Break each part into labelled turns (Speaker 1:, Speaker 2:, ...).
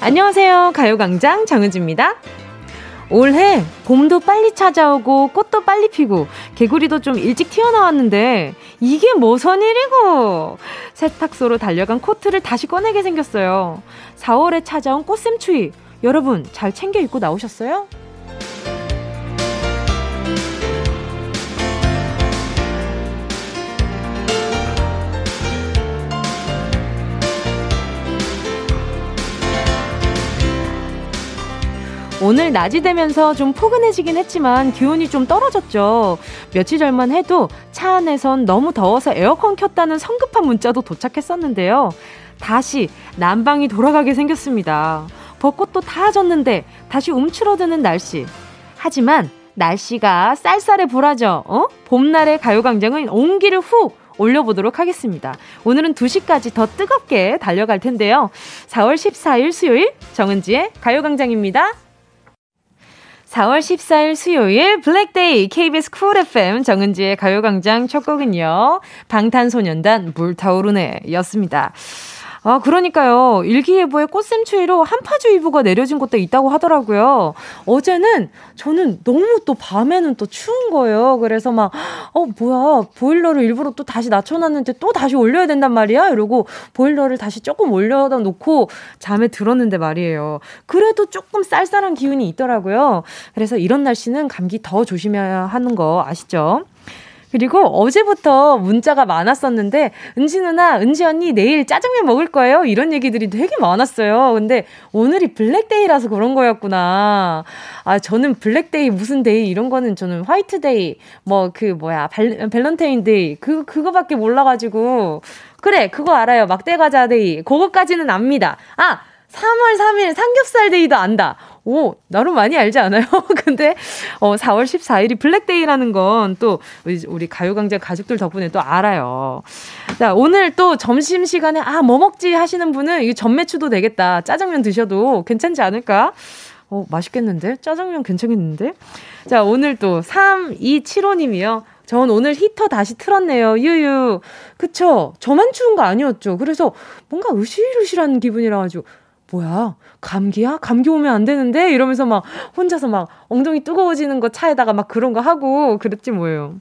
Speaker 1: 안녕하세요. 가요광장 정은지입니다. 올해 봄도 빨리 찾아오고 꽃도 빨리 피고 개구리도 좀 일찍 튀어나왔는데 이게 뭐선 일이고 세탁소로 달려간 코트를 다시 꺼내게 생겼어요. 4월에 찾아온 꽃샘추위 여러분 잘 챙겨 입고 나오셨어요? 오늘 낮이 되면서 좀 포근해지긴 했지만 기온이 좀 떨어졌죠. 며칠 전만 해도 차 안에선 너무 더워서 에어컨 켰다는 성급한 문자도 도착했었는데요. 다시 난방이 돌아가게 생겼습니다. 벚꽃도 다 졌는데 다시 움츠러드는 날씨. 하지만 날씨가 쌀쌀해 보라죠. 어? 봄날의 가요광장은 온기를 훅 올려보도록 하겠습니다. 오늘은 2시까지 더 뜨겁게 달려갈 텐데요. 4월 14일 수요일 정은지의 가요광장입니다. 4월 14일 수요일 블랙데이 KBS 쿨 FM 정은지의 가요광장 첫 곡은요. 방탄소년단 물타오르네 였습니다. 아, 그러니까요. 일기예보에 꽃샘추위로 한파주의보가 내려진 곳도 있다고 하더라고요. 어제는 저는 너무 또 밤에는 또 추운 거예요. 그래서 막, 어, 뭐야. 보일러를 일부러 또 다시 낮춰놨는데 또 다시 올려야 된단 말이야? 이러고 보일러를 다시 조금 올려다 놓고 잠에 들었는데 말이에요. 그래도 조금 쌀쌀한 기운이 있더라고요. 그래서 이런 날씨는 감기 더 조심해야 하는 거 아시죠? 그리고 어제부터 문자가 많았었는데 은지 누나, 은지 언니 내일 짜장면 먹을 거예요. 이런 얘기들이 되게 많았어요. 근데 오늘이 블랙데이라서 그런 거였구나. 아 저는 블랙데이 무슨 데이 이런 거는 저는 화이트데이 뭐 그 뭐야 발, 밸런타인데이 그 그거밖에 몰라가지고 그래 그거 알아요 막대과자데이 그거까지는 압니다. 아 3월 3일 삼겹살 데이도 안다. 오, 나름 많이 알지 않아요? 근데, 어, 4월 14일이 블랙데이라는 건 또 우리 가요강좌 가족들 덕분에 또 알아요. 자, 오늘 또 점심시간에, 아, 뭐 먹지 하시는 분은 이 전매추도 되겠다. 짜장면 드셔도 괜찮지 않을까? 어, 맛있겠는데? 짜장면 괜찮겠는데? 자, 오늘 또 3275님이요. 전 오늘 히터 다시 틀었네요. 유유. 그쵸? 저만 추운 거 아니었죠. 그래서 뭔가 으실으실한 기분이라가지고. 뭐야 감기야 감기 오면 안 되는데 이러면서 막 혼자서 막 엉덩이 뜨거워지는 거 차에다가 막 그런 거 하고 그랬지 뭐예요.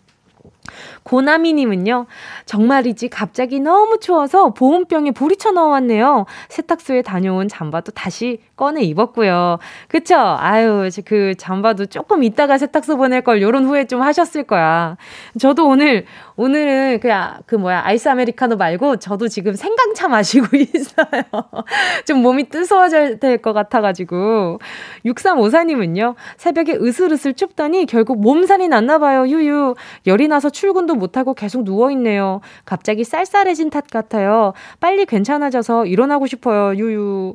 Speaker 1: 고나미님은요, 정말이지 갑자기 너무 추워서 보온병에 보리 쳐넣어왔네요. 세탁소에 다녀온 잠바도 다시 꺼내 입었고요. 그쵸? 아유, 그 잠바도 조금 이따가 세탁소 보낼걸 요런 후회 좀 하셨을 거야. 저도 오늘, 오늘은 그냥 그 뭐야, 아이스 아메리카노 말고 저도 지금 생강차 마시고 있어요. 좀 몸이 뜨서워질 것 같아가지고. 6354님은요, 새벽에 으슬으슬 춥더니 결국 몸살이 났나봐요, 유유. 열이 나서 출근도 못하고 계속 누워있네요. 갑자기 쌀쌀해진 탓 같아요. 빨리 괜찮아져서 일어나고 싶어요. 유유.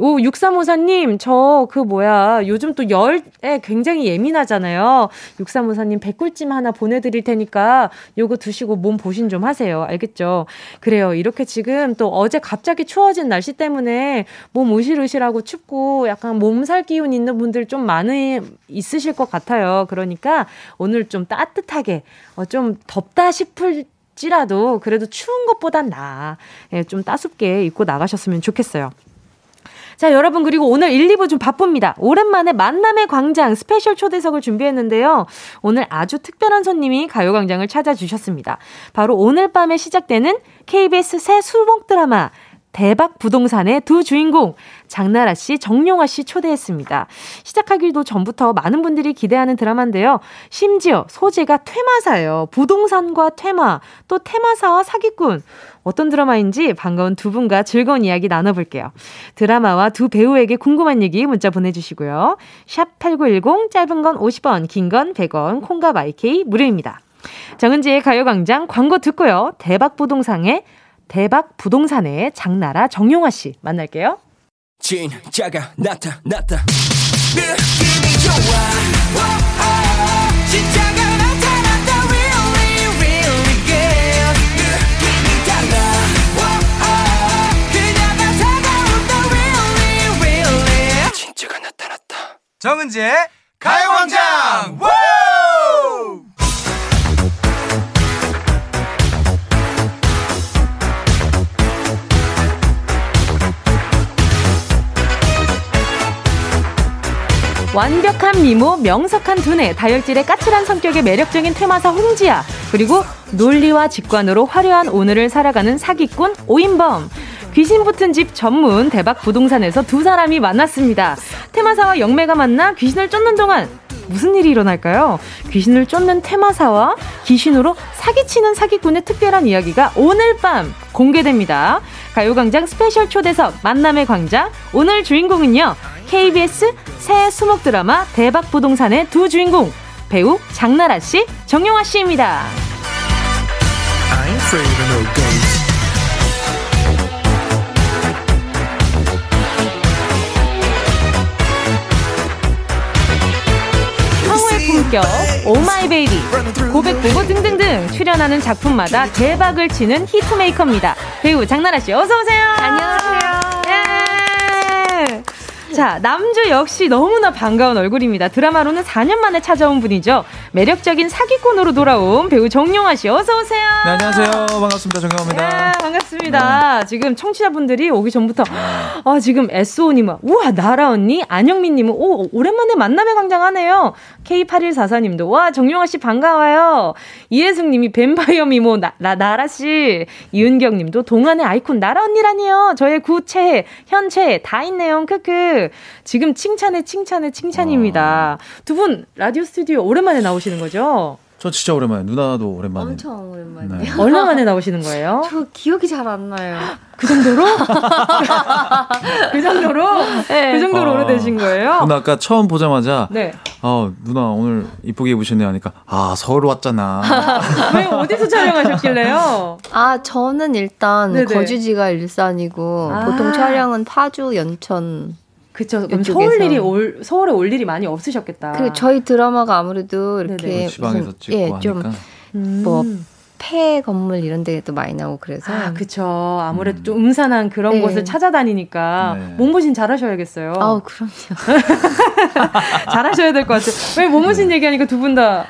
Speaker 1: 오, 6354님, 저 그 뭐야, 요즘 또 열에 굉장히 예민하잖아요. 6354님, 백꿀찜 하나 보내드릴 테니까 요거 드시고 몸 보신 좀 하세요. 알겠죠? 그래요. 이렇게 지금 또 어제 갑자기 추워진 날씨 때문에 몸 으실으실하고 춥고 약간 몸살 기운 있는 분들 좀 많이 있으실 것 같아요. 그러니까 오늘 좀 따뜻하게, 어, 좀 덥다 싶을 지라도 그래도 추운 것보단 나. 예, 좀 따숩게 입고 나가셨으면 좋겠어요. 자, 여러분, 그리고 오늘 1, 2부 좀 바쁩니다. 오랜만에 만남의 광장 스페셜 초대석을 준비했는데요. 오늘 아주 특별한 손님이 가요광장을 찾아주셨습니다. 바로 오늘 밤에 시작되는 KBS 새 수목 드라마 대박 부동산의 두 주인공 장나라 씨, 정용화 씨 초대했습니다. 시작하기도 전부터 많은 분들이 기대하는 드라마인데요. 심지어 소재가 퇴마사예요. 부동산과 퇴마, 또 퇴마사와 사기꾼. 어떤 드라마인지 반가운 두 분과 즐거운 이야기 나눠볼게요. 드라마와 두 배우에게 궁금한 얘기 문자 보내주시고요. 샵 8910, 짧은 건 50원, 긴 건 100원, 콩과 마이케이 무료입니다. 정은지의 가요광장 광고 듣고요. 대박 부동산의 대박 부동산의 장나라 정용화 씨 만날게요.
Speaker 2: 진짜가 나타났다. 느낌이 좋아. 오, 오. 진짜가 나타났다. Really, really good. 느낌이 달라. 오, 오. 그녀가 다가온다. Really, really. 진짜가 나타났다. 정은지의 가요광장. 워!
Speaker 1: 완벽한 미모, 명석한 두뇌, 다혈질의 까칠한 성격의 매력적인 퇴마사 홍지아, 그리고 논리와 직관으로 화려한 오늘을 살아가는 사기꾼 오인범. 귀신 붙은 집 전문 대박 부동산에서 두 사람이 만났습니다. 테마사와 영매가 만나 귀신을 쫓는 동안 무슨 일이 일어날까요? 귀신을 쫓는 테마사와 귀신으로 사기치는 사기꾼의 특별한 이야기가 오늘 밤 공개됩니다. 가요광장 스페셜 초대석 만남의 광장 오늘 주인공은요 KBS 새 수목 드라마 대박 부동산의 두 주인공 배우 장나라 씨, 정용화 씨입니다.
Speaker 2: I ain't afraid of no ghosts.
Speaker 1: 성우의 품격, 오마이 베이비, 고백 보고 등등등 출연하는 작품마다 대박을 치는 히트메이커입니다. 배우 장나라 씨 어서 오세요.
Speaker 3: 안녕하세요.
Speaker 1: 예. 자, 남주 역시 너무나 반가운 얼굴입니다. 드라마로는 4년 만에 찾아온 분이죠. 매력적인 사기꾼으로 돌아온 배우 정용화 씨 어서 오세요.
Speaker 4: 네, 안녕하세요. 반갑습니다. 네.
Speaker 1: 예,
Speaker 4: 정경호입니다.
Speaker 1: 반갑습니다. 지금 청취자분들이 오기 전부터
Speaker 4: 네.
Speaker 1: 아 지금 S.O.님 우와 나라 언니 안영민님은 오 오랜만에 만남의 광장하네요. K8144님도 와 정용화 씨 반가워요. 이혜숙님이 뱀파이어 미모 나, 나, 나라 씨 이은경님도 동안의 아이콘 나라 언니라니요. 저의 구체 현체 다 있네요. 크크 지금 칭찬에 칭찬에 칭찬입니다. 두 분 라디오 스튜디오 오랜만에 나오시는 거죠?
Speaker 4: 저 진짜 오랜만에 누나도 오랜만에.
Speaker 3: 엄청 오랜만이에요.
Speaker 4: 네.
Speaker 1: 얼마 만에 나오시는 거예요?
Speaker 3: 저 기억이 잘 안 나요.
Speaker 1: 그 정도로? 그 정도로?
Speaker 3: 네.
Speaker 1: 그 정도로
Speaker 4: 아.
Speaker 1: 오래되신 거예요?
Speaker 4: 누나 아까 처음 보자마자
Speaker 1: 네.
Speaker 4: 어, 누나 오늘 이쁘게 입으셨네 하니까 아 서울 왔잖아.
Speaker 1: 왜 어디서 촬영하셨길래요?
Speaker 3: 아, 저는 일단
Speaker 1: 네네.
Speaker 3: 거주지가 일산이고
Speaker 1: 아.
Speaker 3: 보통 촬영은 파주, 연천.
Speaker 1: 그쵸. 그럼
Speaker 3: 이쪽에서.
Speaker 1: 서울 일이 올, 서울에 올 일이 많이 없으셨겠다.
Speaker 3: 그리고 저희 드라마가 아무래도
Speaker 1: 네네.
Speaker 3: 이렇게
Speaker 4: 뭐 지방에서
Speaker 3: 무슨-
Speaker 4: 찍고
Speaker 3: 예, 좀
Speaker 4: 하니까.
Speaker 1: 음.
Speaker 3: 뭐, 폐 건물 이런 데도 많이 나오고 그래서
Speaker 1: 아, 그쵸. 아무래도
Speaker 4: 음.
Speaker 1: 좀 음산한 그런
Speaker 3: 네.
Speaker 1: 곳을 찾아다니니까
Speaker 4: 네.
Speaker 1: 몸보신 잘 하셔야겠어요.
Speaker 3: 아우 그럼요.
Speaker 1: 잘 하셔야 될 것 같아요. 왜
Speaker 4: 네.
Speaker 1: 몸보신 얘기하니까 두 분 다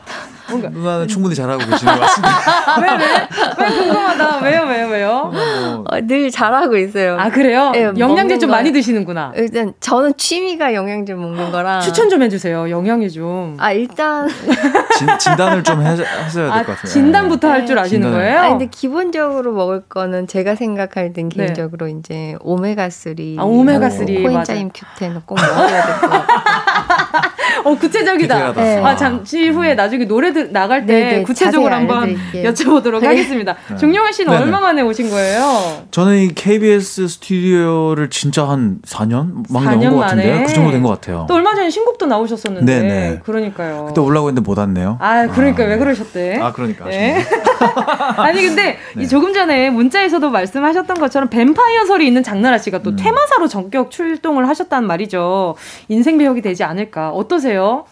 Speaker 1: 뭔가. 음.
Speaker 4: 누나는 충분히 잘하고 계시는 것 같습니다.
Speaker 1: 왜, 왜? 왜 아, 궁금하다. 왜요, 왜요, 왜요?
Speaker 4: 뭐,
Speaker 3: 어, 늘 잘하고 있어요.
Speaker 1: 아, 그래요?
Speaker 3: 예,
Speaker 1: 영양제
Speaker 3: 먹는
Speaker 1: 좀
Speaker 3: 거- 네.
Speaker 1: 많이 드시는구나. 아.
Speaker 3: 일단 저는 취미가 영양제 먹는 거라
Speaker 1: 추천 좀 해주세요. 영양제 좀.
Speaker 3: 아 일단
Speaker 4: 진, 진단을 좀 해, 하셔야 될 것 같아요. 예,
Speaker 1: 진단부터 할 줄 아시는
Speaker 4: 진단을.
Speaker 1: 거예요?
Speaker 3: 아 근데 기본적으로 먹을 거는 제가 생각할 땐
Speaker 1: 네.
Speaker 3: 개인적으로 이제 오메가 3,
Speaker 1: 아, 오메가3,
Speaker 3: 코엔자임 큐텐 꼭 먹어야 될거
Speaker 1: 어, 구체적이다.
Speaker 4: 그 디테일하다.
Speaker 3: 네.
Speaker 1: 아, 잠시 후에 나중에 노래 들, 나갈 때
Speaker 3: 네네,
Speaker 1: 구체적으로
Speaker 3: 자세히
Speaker 1: 한번
Speaker 3: 알려드릴게요.
Speaker 1: 여쭤보도록 하겠습니다.
Speaker 4: 네.
Speaker 1: 종용아 씨는
Speaker 4: 네네.
Speaker 1: 얼마 만에 오신 거예요?
Speaker 4: 저는 이 KBS 스튜디오를 진짜 한 4년 막
Speaker 1: 4년
Speaker 4: 나온 것 같은데
Speaker 1: 만에.
Speaker 4: 그 정도 된 것 같아요.
Speaker 1: 또 얼마 전에 신곡도 나오셨었는데.
Speaker 4: 네네.
Speaker 1: 그러니까요.
Speaker 4: 그때 올라고 했는데 못 왔네요.
Speaker 1: 아, 그러니까 왜 그러셨대?
Speaker 4: 아 그러니까.
Speaker 1: 예.
Speaker 4: 아쉽네요.
Speaker 1: 아니 근데
Speaker 4: 네.
Speaker 1: 이 조금 전에 문자에서도 말씀하셨던 것처럼 뱀파이어 설이 있는 장나라 씨가 또
Speaker 4: 음.
Speaker 1: 퇴마사로 전격 출동을 하셨단 말이죠. 인생 배역이 되지 않을까 어떠세요?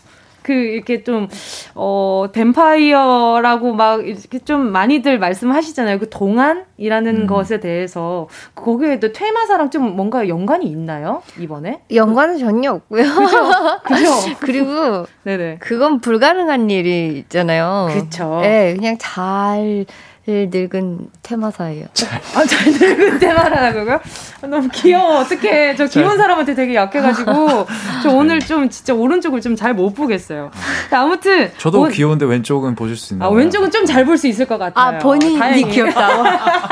Speaker 1: 그 이렇게 좀어 뱀파이어라고 막 이렇게 좀 많이들 말씀하시잖아요. 그 동안이라는
Speaker 4: 음.
Speaker 1: 것에 대해서 거기에 또 퇴마사랑 좀 뭔가 연관이 있나요 이번에?
Speaker 3: 연관은 전혀 없고요.
Speaker 1: 그죠?
Speaker 4: 아,
Speaker 3: 그리고
Speaker 1: 네네.
Speaker 3: 그건 불가능한 일이
Speaker 4: 어.
Speaker 3: 있잖아요.
Speaker 1: 그쵸.
Speaker 3: 예, 그냥 잘 늙은 테마사예요.
Speaker 1: 아, 잘 늙은 때 말하라고요? 아, 너무 귀여워. 어떡해. 저 귀여운 사람한테 되게 약해가지고. 저 오늘
Speaker 4: 네.
Speaker 1: 좀 진짜 오른쪽을 좀 잘 못 보겠어요. 아무튼.
Speaker 4: 저도
Speaker 1: 오-
Speaker 4: 귀여운데 왼쪽은 보실 수 있나요?
Speaker 1: 아, 왼쪽은 좀 잘 볼 수 있을 것 같아요.
Speaker 3: 아, 본인이
Speaker 1: 다행히.
Speaker 3: 귀엽다.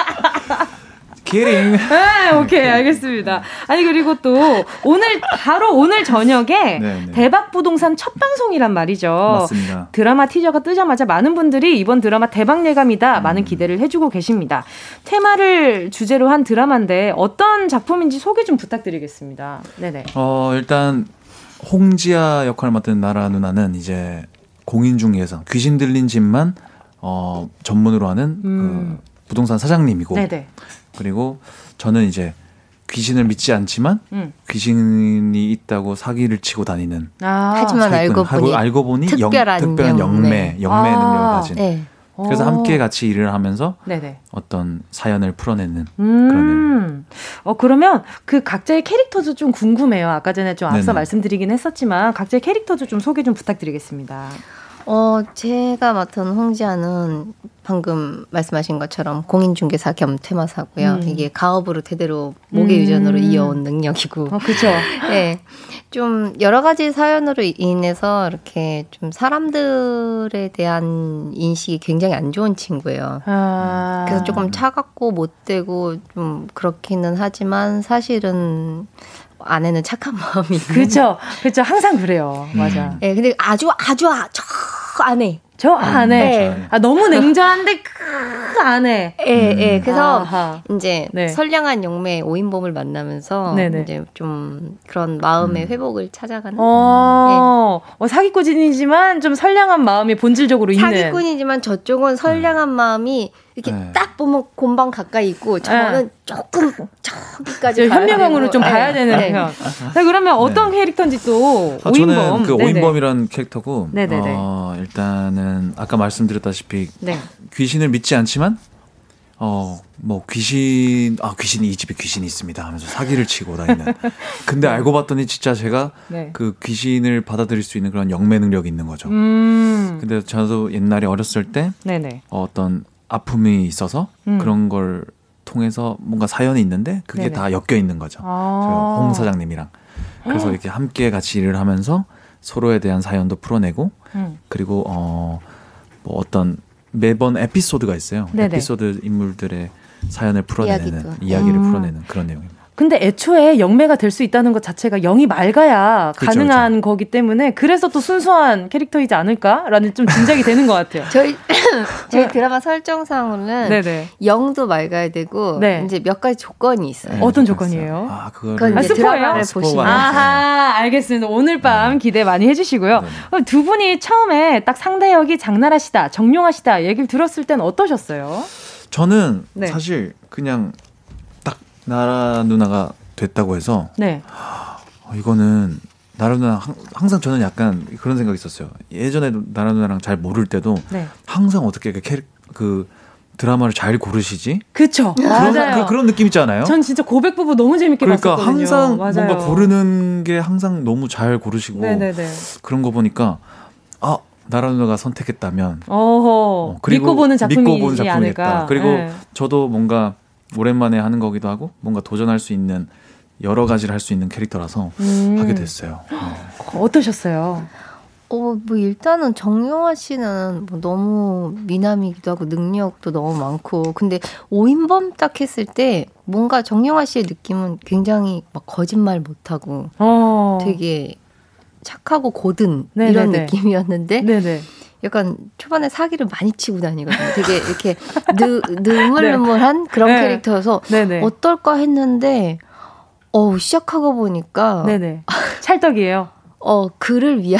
Speaker 4: 기린.
Speaker 1: 네, 오케이, 알겠습니다. 아니, 그리고 또, 오늘, 바로 오늘 저녁에
Speaker 4: 네, 네.
Speaker 1: 대박 부동산 첫 방송이란 말이죠.
Speaker 4: 맞습니다.
Speaker 1: 드라마 티저가 뜨자마자 많은 분들이 이번 드라마 대박 예감이다
Speaker 4: 음.
Speaker 1: 많은 기대를 해주고 계십니다. 테마를 주제로 한 드라마인데 어떤 작품인지 소개 좀 부탁드리겠습니다. 네네.
Speaker 4: 어 일단 홍지아 역할을 맡은 나라 누나는 이제 공인중 예상 귀신 들린 집만 어 전문으로 하는
Speaker 1: 음.
Speaker 4: 그 부동산 사장님이고
Speaker 1: 네네.
Speaker 4: 그리고 저는 이제 귀신을 믿지 않지만
Speaker 1: 음.
Speaker 4: 귀신이 있다고 사기를 치고 다니는
Speaker 1: 아.
Speaker 3: 하지만 알고
Speaker 4: 사기꾼.
Speaker 3: 보니
Speaker 4: 알고 보니 영-
Speaker 3: 특별한
Speaker 4: 특별한 영매
Speaker 3: 영매.
Speaker 4: 영매
Speaker 1: 아.
Speaker 4: 능력을 가진
Speaker 3: 네.
Speaker 4: 그래서
Speaker 1: 어.
Speaker 4: 함께 같이 일을 하면서
Speaker 1: 네네.
Speaker 4: 어떤 사연을 풀어내는
Speaker 1: 음. 어 그러면 그 각자의 캐릭터도 좀 궁금해요. 아까 전에 좀 앞서
Speaker 4: 네네.
Speaker 1: 말씀드리긴 했었지만 각자의 캐릭터도 좀 소개 좀 부탁드리겠습니다.
Speaker 3: 어, 제가 맡은 홍지아는 방금 말씀하신 것처럼 공인중개사 겸 테마사고요.
Speaker 1: 음.
Speaker 3: 이게 가업으로 대대로 모계
Speaker 1: 음.
Speaker 3: 유전으로 이어온 능력이고.
Speaker 1: 어, 그쵸.
Speaker 4: 음.
Speaker 3: 네. 좀 여러 가지 사연으로 인해서 이렇게 좀 사람들에 대한 인식이 굉장히 안 좋은 친구예요.
Speaker 1: 아.
Speaker 3: 그래서 조금 차갑고 못되고 좀 그렇기는 하지만 사실은 안에는 착한 마음이 있는.
Speaker 1: 그쵸. 그쵸. 항상 그래요. 맞아.
Speaker 4: 음.
Speaker 3: 예, 근데 아주 아주 아, 저 안에.
Speaker 1: 저 안에.
Speaker 3: 음,
Speaker 4: 네.
Speaker 1: 아, 너무 냉정한데, 그 안에.
Speaker 3: 예, 예.
Speaker 4: 음.
Speaker 3: 그래서
Speaker 1: 아하.
Speaker 3: 이제
Speaker 1: 네.
Speaker 3: 선량한 영매의 오인범을 만나면서
Speaker 1: 네네.
Speaker 3: 이제 좀 그런 마음의
Speaker 4: 음.
Speaker 3: 회복을 찾아가는
Speaker 1: 어, 어, 사기꾼이지만 좀 선량한 마음이 본질적으로 있는.
Speaker 3: 네.
Speaker 1: 네.
Speaker 3: 사기꾼이지만 저쪽은 선량한 마음이 이렇게
Speaker 4: 네.
Speaker 3: 딱 보면 곰방 가까이 있고 저는 조금 저기까지
Speaker 1: 네. 저
Speaker 3: 가야
Speaker 1: 현명함으로
Speaker 3: 되고.
Speaker 1: 좀
Speaker 3: 네.
Speaker 1: 봐야 되는
Speaker 3: 네.
Speaker 1: 형. 자, 그러면 어떤 캐릭터인지 또
Speaker 4: 아,
Speaker 1: 오인범.
Speaker 4: 저는 그
Speaker 1: 네네.
Speaker 4: 오인범이라는 캐릭터고
Speaker 1: 네네네.
Speaker 4: 어, 일단은 아까 말씀드렸다시피
Speaker 1: 네.
Speaker 4: 귀신을 믿지 않지만 어 뭐 귀신 아 귀신이 이 집에 귀신이 있습니다 하면서 사기를 치고 다니는 근데 알고 봤더니 진짜 제가
Speaker 1: 네.
Speaker 4: 그 귀신을 받아들일 수 있는 그런 영매 능력이 있는 거죠
Speaker 1: 음.
Speaker 4: 근데 저도 옛날에 어렸을 때
Speaker 1: 네네.
Speaker 4: 어떤 아픔이 있어서
Speaker 1: 음.
Speaker 4: 그런 걸 통해서 뭔가 사연이 있는데 그게
Speaker 1: 네네.
Speaker 4: 다 엮여 있는 거죠
Speaker 1: 아.
Speaker 4: 저홍 사장님이랑 그래서 이렇게 함께 같이 일을 하면서 서로에 대한 사연도 풀어내고
Speaker 1: 음.
Speaker 4: 그리고 어, 뭐 어떤 매번 에피소드가 있어요.
Speaker 1: 네네.
Speaker 4: 에피소드 인물들의 사연을 풀어내는
Speaker 3: 이야기도.
Speaker 4: 이야기를
Speaker 1: 음.
Speaker 4: 풀어내는 그런 내용입니다.
Speaker 1: 근데 애초에 영매가 될 수 있다는 것 자체가 영이 맑아야
Speaker 4: 그쵸,
Speaker 1: 가능한 거기 때문에 그래서 또 순수한 캐릭터이지 않을까라는 좀 짐작이 되는 것 같아요.
Speaker 3: 저희 저희 드라마 설정상으로는
Speaker 1: 네네.
Speaker 3: 영도 맑아야 되고
Speaker 1: 네.
Speaker 3: 이제 몇 가지 조건이 있어요.
Speaker 1: 어떤
Speaker 4: 그랬어요.
Speaker 1: 조건이에요?
Speaker 4: 아,
Speaker 3: 그건
Speaker 4: 그거를
Speaker 1: 아,
Speaker 3: 이제
Speaker 1: 스포예요?
Speaker 3: 드라마를
Speaker 4: 스포가
Speaker 3: 보시면
Speaker 4: 아니라.
Speaker 1: 아하, 알겠습니다. 오늘 밤 기대 많이 해주시고요.
Speaker 4: 네.
Speaker 1: 그럼 두 분이 처음에 딱 상대역이 장나라시다, 정룡하시다 얘기를 들었을 땐 어떠셨어요?
Speaker 4: 저는
Speaker 1: 네.
Speaker 4: 사실 그냥 딱 나라 누나가 됐다고 해서
Speaker 1: 네.
Speaker 4: 어, 이거는 나라 누나 항- 항상 저는 약간 그런 생각이 있었어요. 예전에 나라 누나랑 잘 모를 때도
Speaker 1: 네.
Speaker 4: 항상 어떻게 그, 캐릭, 그 드라마를 잘 고르시지?
Speaker 1: 그쵸.
Speaker 4: 그런,
Speaker 1: 맞아요.
Speaker 4: 그, 런 느낌 있지 않아요?
Speaker 1: 전 진짜 고백 부부 너무 재밌게
Speaker 4: 그러니까
Speaker 1: 봤었거든요.
Speaker 4: 항상
Speaker 1: 맞아요.
Speaker 4: 뭔가 고르는 게 항상 너무 잘 고르시고
Speaker 1: 네네네.
Speaker 4: 그런 거 보니까 아 나라 누나가 선택했다면
Speaker 1: 어허.
Speaker 4: 어, 그리고
Speaker 1: 믿고 보는 작품이지
Speaker 4: 믿고 보는 작품이겠다.
Speaker 1: 않을까.
Speaker 4: 그리고
Speaker 1: 네.
Speaker 4: 저도 뭔가 오랜만에 하는 거기도 하고 뭔가 도전할 수 있는 여러 가지를 할 수 있는 캐릭터라서
Speaker 1: 음.
Speaker 4: 하게 됐어요. 어.
Speaker 1: 어떠셨어요?
Speaker 3: 어, 뭐 일단은 정영화 씨는 뭐 너무 미남이기도 하고 능력도 너무 많고 근데 오인범 딱 했을 때 뭔가 정영화 씨의 느낌은 굉장히 막 거짓말 못하고
Speaker 1: 어.
Speaker 3: 되게 착하고 고든
Speaker 1: 네네네.
Speaker 3: 이런 느낌이었는데
Speaker 1: 네네.
Speaker 3: 약간 초반에 사기를 많이 치고 다니거든요. 되게 이렇게 느, 느물느물한 그런
Speaker 1: 네.
Speaker 3: 캐릭터여서
Speaker 1: 네네.
Speaker 3: 어떨까 했는데 어 시작하고 보니까
Speaker 1: 네네. 찰떡이에요.
Speaker 3: 어 그를 위한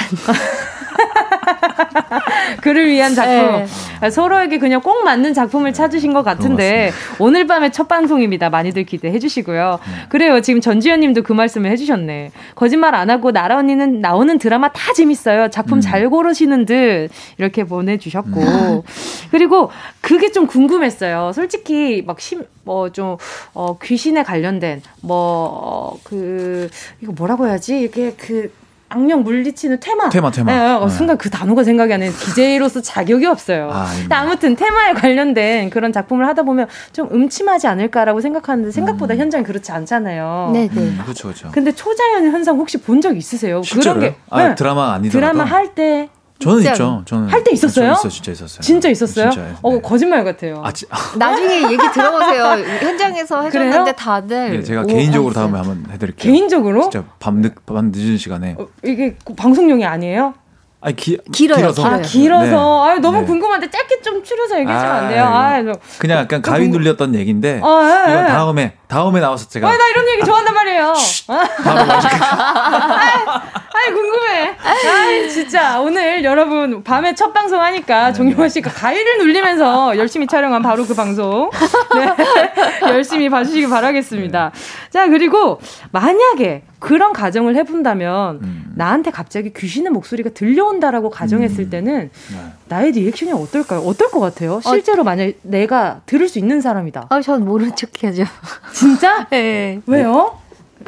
Speaker 1: 그를 위한 작품.
Speaker 3: 네.
Speaker 1: 아, 서로에게 그냥 꼭 맞는 작품을 찾으신 것 같은데 오늘 밤의 첫 방송입니다. 많이들 기대해 주시고요. 그래요. 지금 전지현 님도 그 말씀을 해주셨네. 거짓말 안 하고 나라 언니는 나오는 드라마 다 재밌어요. 작품
Speaker 4: 음.
Speaker 1: 잘 고르시는 듯 이렇게 보내주셨고 그리고 그게 좀 궁금했어요. 솔직히 막심뭐좀 어, 귀신에 관련된 뭐 그 이거 뭐라고 해야지 이게 그 악령 물리치는 테마
Speaker 4: 테마, 테마.
Speaker 1: 예, 어,
Speaker 4: 네.
Speaker 1: 순간 그 단어가 생각이 안 나요. DJ로서 자격이 없어요. 근데
Speaker 4: 아, 아닙니다.
Speaker 1: 아무튼 테마에 관련된 그런 작품을 하다 보면 좀 음침하지 않을까라고 생각하는데 생각보다
Speaker 4: 음.
Speaker 1: 현장이 그렇지 않잖아요.
Speaker 3: 네네
Speaker 4: 그렇죠, 그렇죠.
Speaker 1: 근데 초자연 현상 혹시 본 적 있으세요?
Speaker 4: 실제로요?
Speaker 1: 그런 게
Speaker 4: 아,
Speaker 1: 네.
Speaker 4: 드라마 아니더라도
Speaker 1: 드라마 할 때
Speaker 4: 저는
Speaker 3: 진짜.
Speaker 4: 있죠. 저는
Speaker 1: 할때 있었어요?
Speaker 4: 저 있어요, 진짜 있었어요.
Speaker 1: 진짜 있었어요?
Speaker 4: 네, 진짜요.
Speaker 1: 어
Speaker 4: 네.
Speaker 1: 거짓말 같아요.
Speaker 4: 아, 지-
Speaker 3: 나중에 얘기 들어보세요. 현장에서 해줬는데
Speaker 1: 그래요?
Speaker 3: 다들
Speaker 4: 네, 제가
Speaker 3: 오,
Speaker 4: 개인적으로
Speaker 3: 하셨어요.
Speaker 4: 다음에 한번 해드릴게요.
Speaker 1: 개인적으로
Speaker 4: 진짜 밤늦 밤 늦은 시간에
Speaker 1: 어, 이게 그 방송용이 아니에요?
Speaker 4: 아니 기,
Speaker 3: 길어요,
Speaker 4: 길어서
Speaker 3: 길어요.
Speaker 1: 아
Speaker 3: 네.
Speaker 1: 길어서 아유, 너무
Speaker 4: 네.
Speaker 1: 궁금한데 짧게 좀 추려서 얘기해 주면 안 돼요?
Speaker 4: 아,
Speaker 1: 아,
Speaker 4: 이거
Speaker 1: 저-
Speaker 4: 그냥 약간 가위
Speaker 1: 궁금-
Speaker 4: 눌렸던 얘기인데
Speaker 1: 아, 예, 예.
Speaker 4: 이건 다음에 다음에 나와서 제가
Speaker 1: 아, 나 이런 얘기 좋아한단 말이에요. 어?
Speaker 4: 다음에 말할게요.
Speaker 1: 아이 궁금해. 아이 진짜 오늘 여러분 밤에 첫 방송
Speaker 4: 네,
Speaker 1: 하니까 종용원 씨가 가위를 눌리면서 열심히 촬영한 바로 그 방송. 네. 열심히 봐주시기 바라겠습니다.
Speaker 4: 네.
Speaker 1: 자 그리고 만약에 그런 가정을 해본다면
Speaker 4: 음.
Speaker 1: 나한테 갑자기 귀신의 목소리가 들려온다라고 가정했을
Speaker 4: 음.
Speaker 1: 때는
Speaker 4: 네.
Speaker 1: 나의 리액션이 어떨까요? 어떨 것 같아요? 실제로 만약 에 내가 들을 수 있는 사람이다.
Speaker 3: 아, 전 모른 척해야죠.
Speaker 1: 진짜?
Speaker 3: 네.
Speaker 1: 왜요?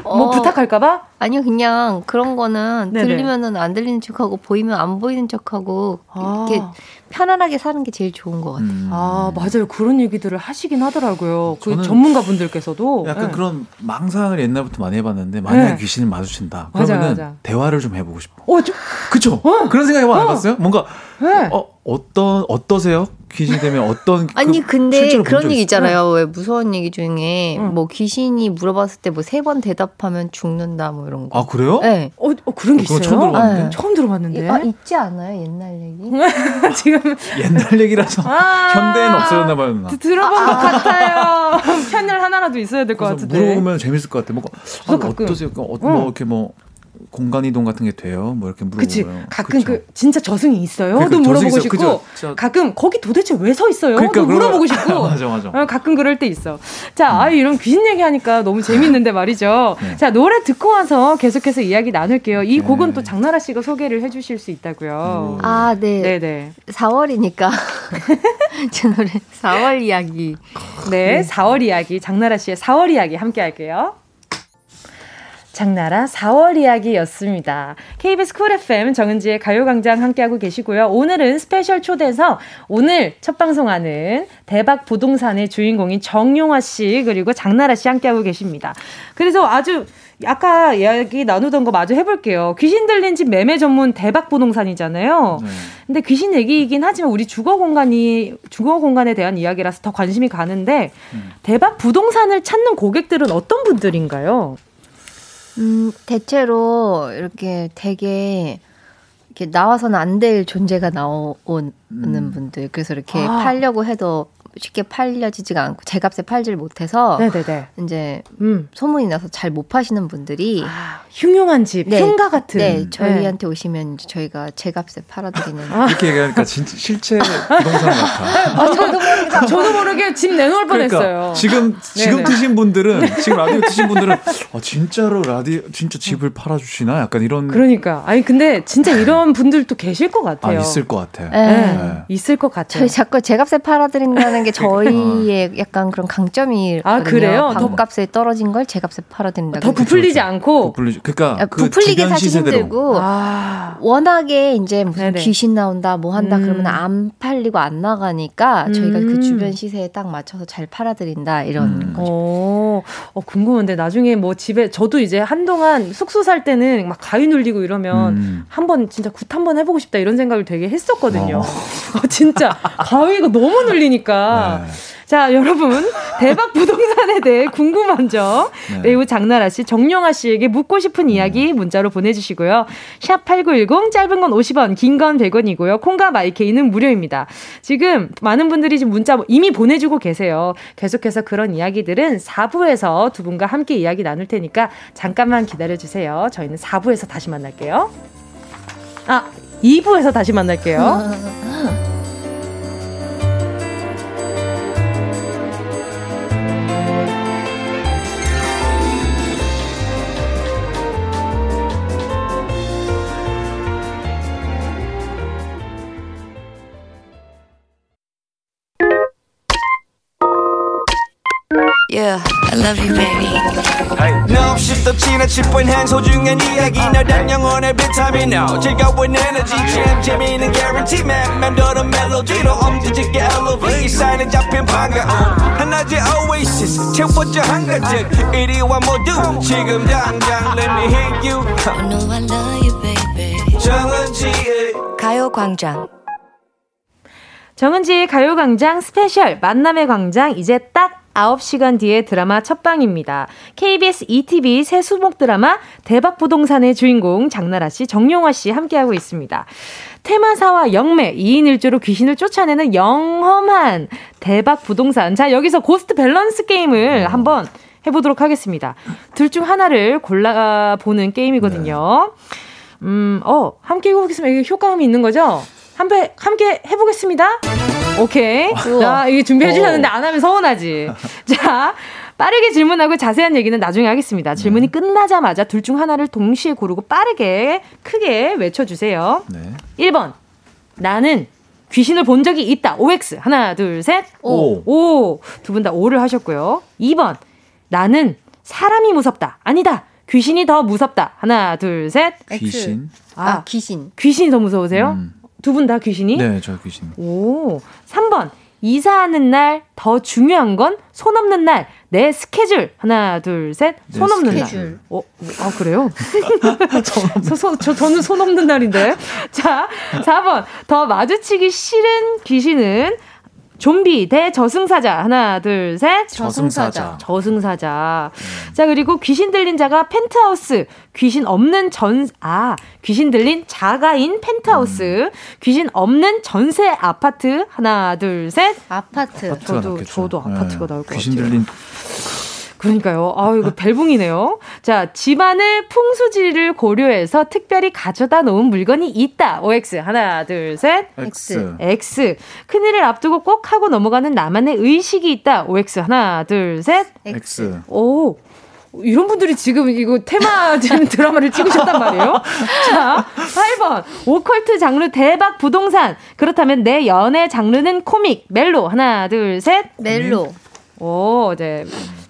Speaker 1: 뭐
Speaker 3: 어.
Speaker 1: 부탁할까봐?
Speaker 3: 아니요, 그냥 그런 거는
Speaker 1: 네네.
Speaker 3: 들리면은 안 들리는 척하고 보이면 안 보이는 척하고
Speaker 1: 아.
Speaker 3: 이렇게 편안하게 사는 게 제일 좋은 것 같아요.
Speaker 4: 음.
Speaker 1: 아, 맞아요. 그런 얘기들을 하시긴 하더라고요. 그
Speaker 4: 어, 저는
Speaker 1: 전문가분들께서도. 예.
Speaker 4: 약간 그런 망상을 옛날부터 많이 해봤는데 만약
Speaker 1: 네.
Speaker 4: 에 귀신을 마주친다
Speaker 1: 맞아,
Speaker 4: 그러면은
Speaker 1: 맞아.
Speaker 4: 대화를 좀 해보고 싶어.
Speaker 1: 어, 저,
Speaker 4: 그쵸? 그런 생각 해봐 안 해봤어요? 뭔가
Speaker 1: 네.
Speaker 4: 어 어떤 어떠세요? 귀신이 되면 어떤
Speaker 3: 아니
Speaker 4: 그
Speaker 3: 근데
Speaker 4: 실제로 본적
Speaker 3: 그런 얘기
Speaker 4: 있-
Speaker 3: 있잖아요. 왜 무서운 얘기 중에
Speaker 1: 응.
Speaker 3: 뭐 귀신이 물어봤을 때 뭐 세 번 대답하면 죽는다 뭐 이런 거.
Speaker 4: 아 그래요?
Speaker 3: 네.
Speaker 1: 어, 어, 그런 게 있어요?
Speaker 4: 그건
Speaker 1: 예.
Speaker 4: 처음 들어봤는데
Speaker 3: 네.
Speaker 1: 처음 들어봤는데.
Speaker 3: 아, 있지 않아요 옛날 얘기?
Speaker 1: 지금
Speaker 4: 옛날 얘기라서
Speaker 1: 아.
Speaker 4: 현대에는 없어졌나 봐요 누나.
Speaker 1: 드- 들어본 것 같아요. 편을 하나라도 있어야 될 것
Speaker 4: 그래서
Speaker 1: 같은데.
Speaker 4: 물어보면 재밌을 것 같아. 뭔가 아,
Speaker 1: 저도 가끔-
Speaker 4: 어떠세요? 그러니까 어,
Speaker 1: 어.
Speaker 4: 뭐 이렇게 뭐 공간 이동 같은 게 돼요? 뭐 이렇게 물어보면
Speaker 1: 그치. 가끔 그 진짜 저승이 있어요도
Speaker 4: 그러니까 저승이
Speaker 1: 물어보고
Speaker 4: 있어요.
Speaker 1: 싶고
Speaker 4: 그죠? 저-
Speaker 1: 가끔 거기 도대체 왜 서 있어요?
Speaker 4: 그러니까
Speaker 1: 도 물어보고
Speaker 4: 그러면-
Speaker 1: 싶고.
Speaker 4: 맞아 맞아.
Speaker 1: 어, 가끔 그럴 때 있어. 자, 아유, 이런 귀신 얘기하니까 너무 재밌는데 말이죠.
Speaker 4: 네.
Speaker 1: 자, 노래 듣고 와서 계속해서 이야기 나눌게요. 이
Speaker 4: 네.
Speaker 1: 곡은 또 장나라 씨가 소개를 해주실 수 있다고요.
Speaker 4: 음.
Speaker 3: 아 네.
Speaker 1: 네네.
Speaker 3: 4월이니까 제 노래 4월 이야기.
Speaker 1: 네, 4월 이야기, 장나라 씨의 4월 이야기 함께 할게요. 장나라 4월 이야기였습니다. KBS 쿨 FM 정은지의 가요광장 함께하고 계시고요. 오늘은 스페셜 초대에서 오늘 첫 방송하는 대박 부동산의 주인공인 정용화 씨 그리고 장나라 씨 함께하고 계십니다. 그래서 아주 아까 이야기 나누던 거 마저 해볼게요. 귀신 들린 집 매매 전문 대박 부동산이잖아요.
Speaker 4: 네.
Speaker 1: 근데 귀신 얘기이긴 하지만 우리 주거 공간이 주거 공간에 대한 이야기라서 더 관심이 가는데
Speaker 4: 음.
Speaker 1: 대박 부동산을 찾는 고객들은 어떤 분들인가요?
Speaker 3: 음 대체로 이렇게 되게 이렇게 나와서는 안 될 존재가 나오는
Speaker 4: 음.
Speaker 3: 분들 그래서 이렇게
Speaker 1: 아.
Speaker 3: 팔려고 해도 쉽게 팔려지지가 않고 제 값에 팔질 못해서
Speaker 1: 네네네.
Speaker 3: 이제
Speaker 1: 음.
Speaker 3: 소문이 나서 잘 못 파시는 분들이
Speaker 1: 아, 흉흉한 집,
Speaker 3: 네.
Speaker 1: 흉가 같은.
Speaker 3: 네 저희한테 오시면 이제 저희가 제 값에 팔아드리는
Speaker 4: 이렇게 얘기하니까 진짜 실제 부동산 같아.
Speaker 1: 아, 저도 모르게, 저도 모르게 집 내놓을 뻔했어요.
Speaker 4: 그러니까 지금 지금
Speaker 1: 네네.
Speaker 4: 드신 분들은 지금 라디오 드신 분들은 어, 진짜로 라디오 진짜 집을 팔아주시나 약간 이런
Speaker 1: 그러니까 아니 근데 진짜 이런 분들도 계실 것
Speaker 4: 아
Speaker 1: 같아요.
Speaker 4: 있을 것 같아요.
Speaker 3: 네.
Speaker 1: 네. 있을 것 같아요.
Speaker 3: 저희 자꾸 제 값에 팔아드린다는 게
Speaker 4: 어.
Speaker 3: 저희의 약간 그런 강점이
Speaker 1: 아, 그래요?
Speaker 3: 반값에 떨어진 걸 제 값에 팔아드린다.
Speaker 1: 더 부풀리지
Speaker 4: 그렇죠.
Speaker 1: 않고.
Speaker 4: 부풀리지. 그러니까
Speaker 3: 아,
Speaker 4: 그
Speaker 3: 부풀리게
Speaker 4: 주변
Speaker 3: 사실
Speaker 4: 시세대로.
Speaker 3: 힘들고
Speaker 1: 아.
Speaker 3: 워낙에 이제 무슨
Speaker 1: 네네.
Speaker 3: 귀신 나온다 뭐 한다
Speaker 1: 음.
Speaker 3: 그러면 안 팔리고 안 나가니까 저희가
Speaker 1: 음.
Speaker 3: 그 주변 시세에 딱 맞춰서 잘 팔아드린다 이런
Speaker 4: 음.
Speaker 3: 거죠.
Speaker 1: 어, 어, 궁금한데 나중에 뭐 집에 저도 이제 한동안 숙소 살 때는 막 가위 눌리고 이러면
Speaker 4: 음.
Speaker 1: 한번 진짜 굿 한번 해보고 싶다 이런 생각을 되게 했었거든요.
Speaker 4: 어.
Speaker 1: 어, 진짜 가위가 너무 눌리니까.
Speaker 4: 네.
Speaker 1: 자 여러분 대박 부동산에 대해 궁금한 점
Speaker 4: 네. 음.
Speaker 1: 배우 장나라 씨, 정용화 씨에게 묻고 싶은 이야기 문자로 보내주시고요. 샵 #8910 짧은 건 50원, 긴 건 100원이고요. 콩과 마이케이는 무료입니다. 지금 많은 분들이 지금 문자 뭐 이미 보내주고 계세요. 계속해서 그런 이야기들은 4부에서 두 분과 함께 이야기 나눌 테니까 잠깐만 기다려 주세요. 저희는 4부에서 다시 만날게요. 아 2부에서 다시 만날게요.
Speaker 5: Yeah, I love you, baby.
Speaker 6: No, she's the china chip when hands hold you and yagi. No, that young on every time you know. Check out with energy, champ, Jimmy, and guarantee, man. Man, do the melody, no, um, did you get elevated? Sign it up in panga. And I oasis, check what your hunger check. It is one more doom, chick em down, down, let me hit you.
Speaker 5: I know I love you, baby.
Speaker 6: Challenge it.
Speaker 5: 가요광장.
Speaker 1: 정은지의 가요광장 스페셜 만남의 광장 이제 딱 9시간 뒤에 드라마 첫방입니다. KBS ETV 새 수목 드라마 대박 부동산의 주인공 장나라 씨, 정용화 씨 함께하고 있습니다. 테마사와 영매, 2인 1조로 귀신을 쫓아내는 영험한 대박 부동산. 자, 여기서 고스트 밸런스 게임을 한번 해보도록 하겠습니다. 둘 중 하나를 골라보는 게임이거든요. 음, 어, 함께 해보겠습니다. 이게 효과음이 있는 거죠? 함께, 함께 해보겠습니다. 오케이. 자, 이게 준비해 주셨는데 안 하면 서운하지. 자, 빠르게 질문하고 자세한 얘기는 나중에 하겠습니다.
Speaker 4: 네.
Speaker 1: 질문이 끝나자마자 둘 중 하나를 동시에 고르고 빠르게, 크게 외쳐주세요.
Speaker 4: 네.
Speaker 1: 1번. 나는 귀신을 본 적이 있다. OX. 하나, 둘, 셋.
Speaker 4: 오.
Speaker 1: 오. 두 분 다 오를 하셨고요. 2번. 나는 사람이 무섭다. 아니다. 귀신이 더 무섭다. 하나, 둘, 셋.
Speaker 3: X.
Speaker 4: 귀신.
Speaker 3: 아,
Speaker 1: 아,
Speaker 3: 귀신.
Speaker 1: 귀신이 더 무서우세요?
Speaker 4: 음.
Speaker 1: 두 분 다 귀신이?
Speaker 4: 네, 저 귀신.
Speaker 1: 오, 3번. 이사하는 날, 더 중요한 건, 손 없는 날, 내 스케줄. 하나, 둘, 셋,
Speaker 4: 내
Speaker 1: 손 없는 날.
Speaker 3: 네, 스케줄.
Speaker 1: 어, 아, 그래요? 저, 저, 저, 저는 손 없는 날인데. 자, 4번. 더 마주치기 싫은 귀신은, 좀비 대 저승사자. 하나, 둘, 셋.
Speaker 4: 저승사자.
Speaker 1: 저승사자. 자, 그리고 귀신 들린 자가 펜트하우스, 귀신 없는 전, 아, 귀신 들린 자가인
Speaker 4: 음.
Speaker 1: 펜트하우스, 귀신 없는 전세 아파트, 하나, 둘, 셋.
Speaker 3: 아파트.
Speaker 4: 아파트가
Speaker 1: 저도-
Speaker 4: 낫겠죠. 네.
Speaker 1: 저도 아파트가 나올 것
Speaker 4: 귀신
Speaker 1: 같아요.
Speaker 4: 들린
Speaker 1: 그러니까요. 아 이거 벨붕이네요. 자, 집안의 풍수지를 고려해서 특별히 가져다 놓은 물건이 있다. OX. 하나, 둘, 셋.
Speaker 4: X.
Speaker 1: X. 큰일을 앞두고 꼭 하고 넘어가는 나만의 의식이 있다. OX. 하나, 둘, 셋.
Speaker 4: X.
Speaker 1: 오. 이런 분들이 지금 이거 테마 지금 드라마를 찍으셨단 말이에요. 자, 8번. 오컬트 장르 대박 부동산. 그렇다면 내 연애 장르는 코믹, 멜로. 하나, 둘, 셋.
Speaker 3: 멜로.
Speaker 1: 오, 네.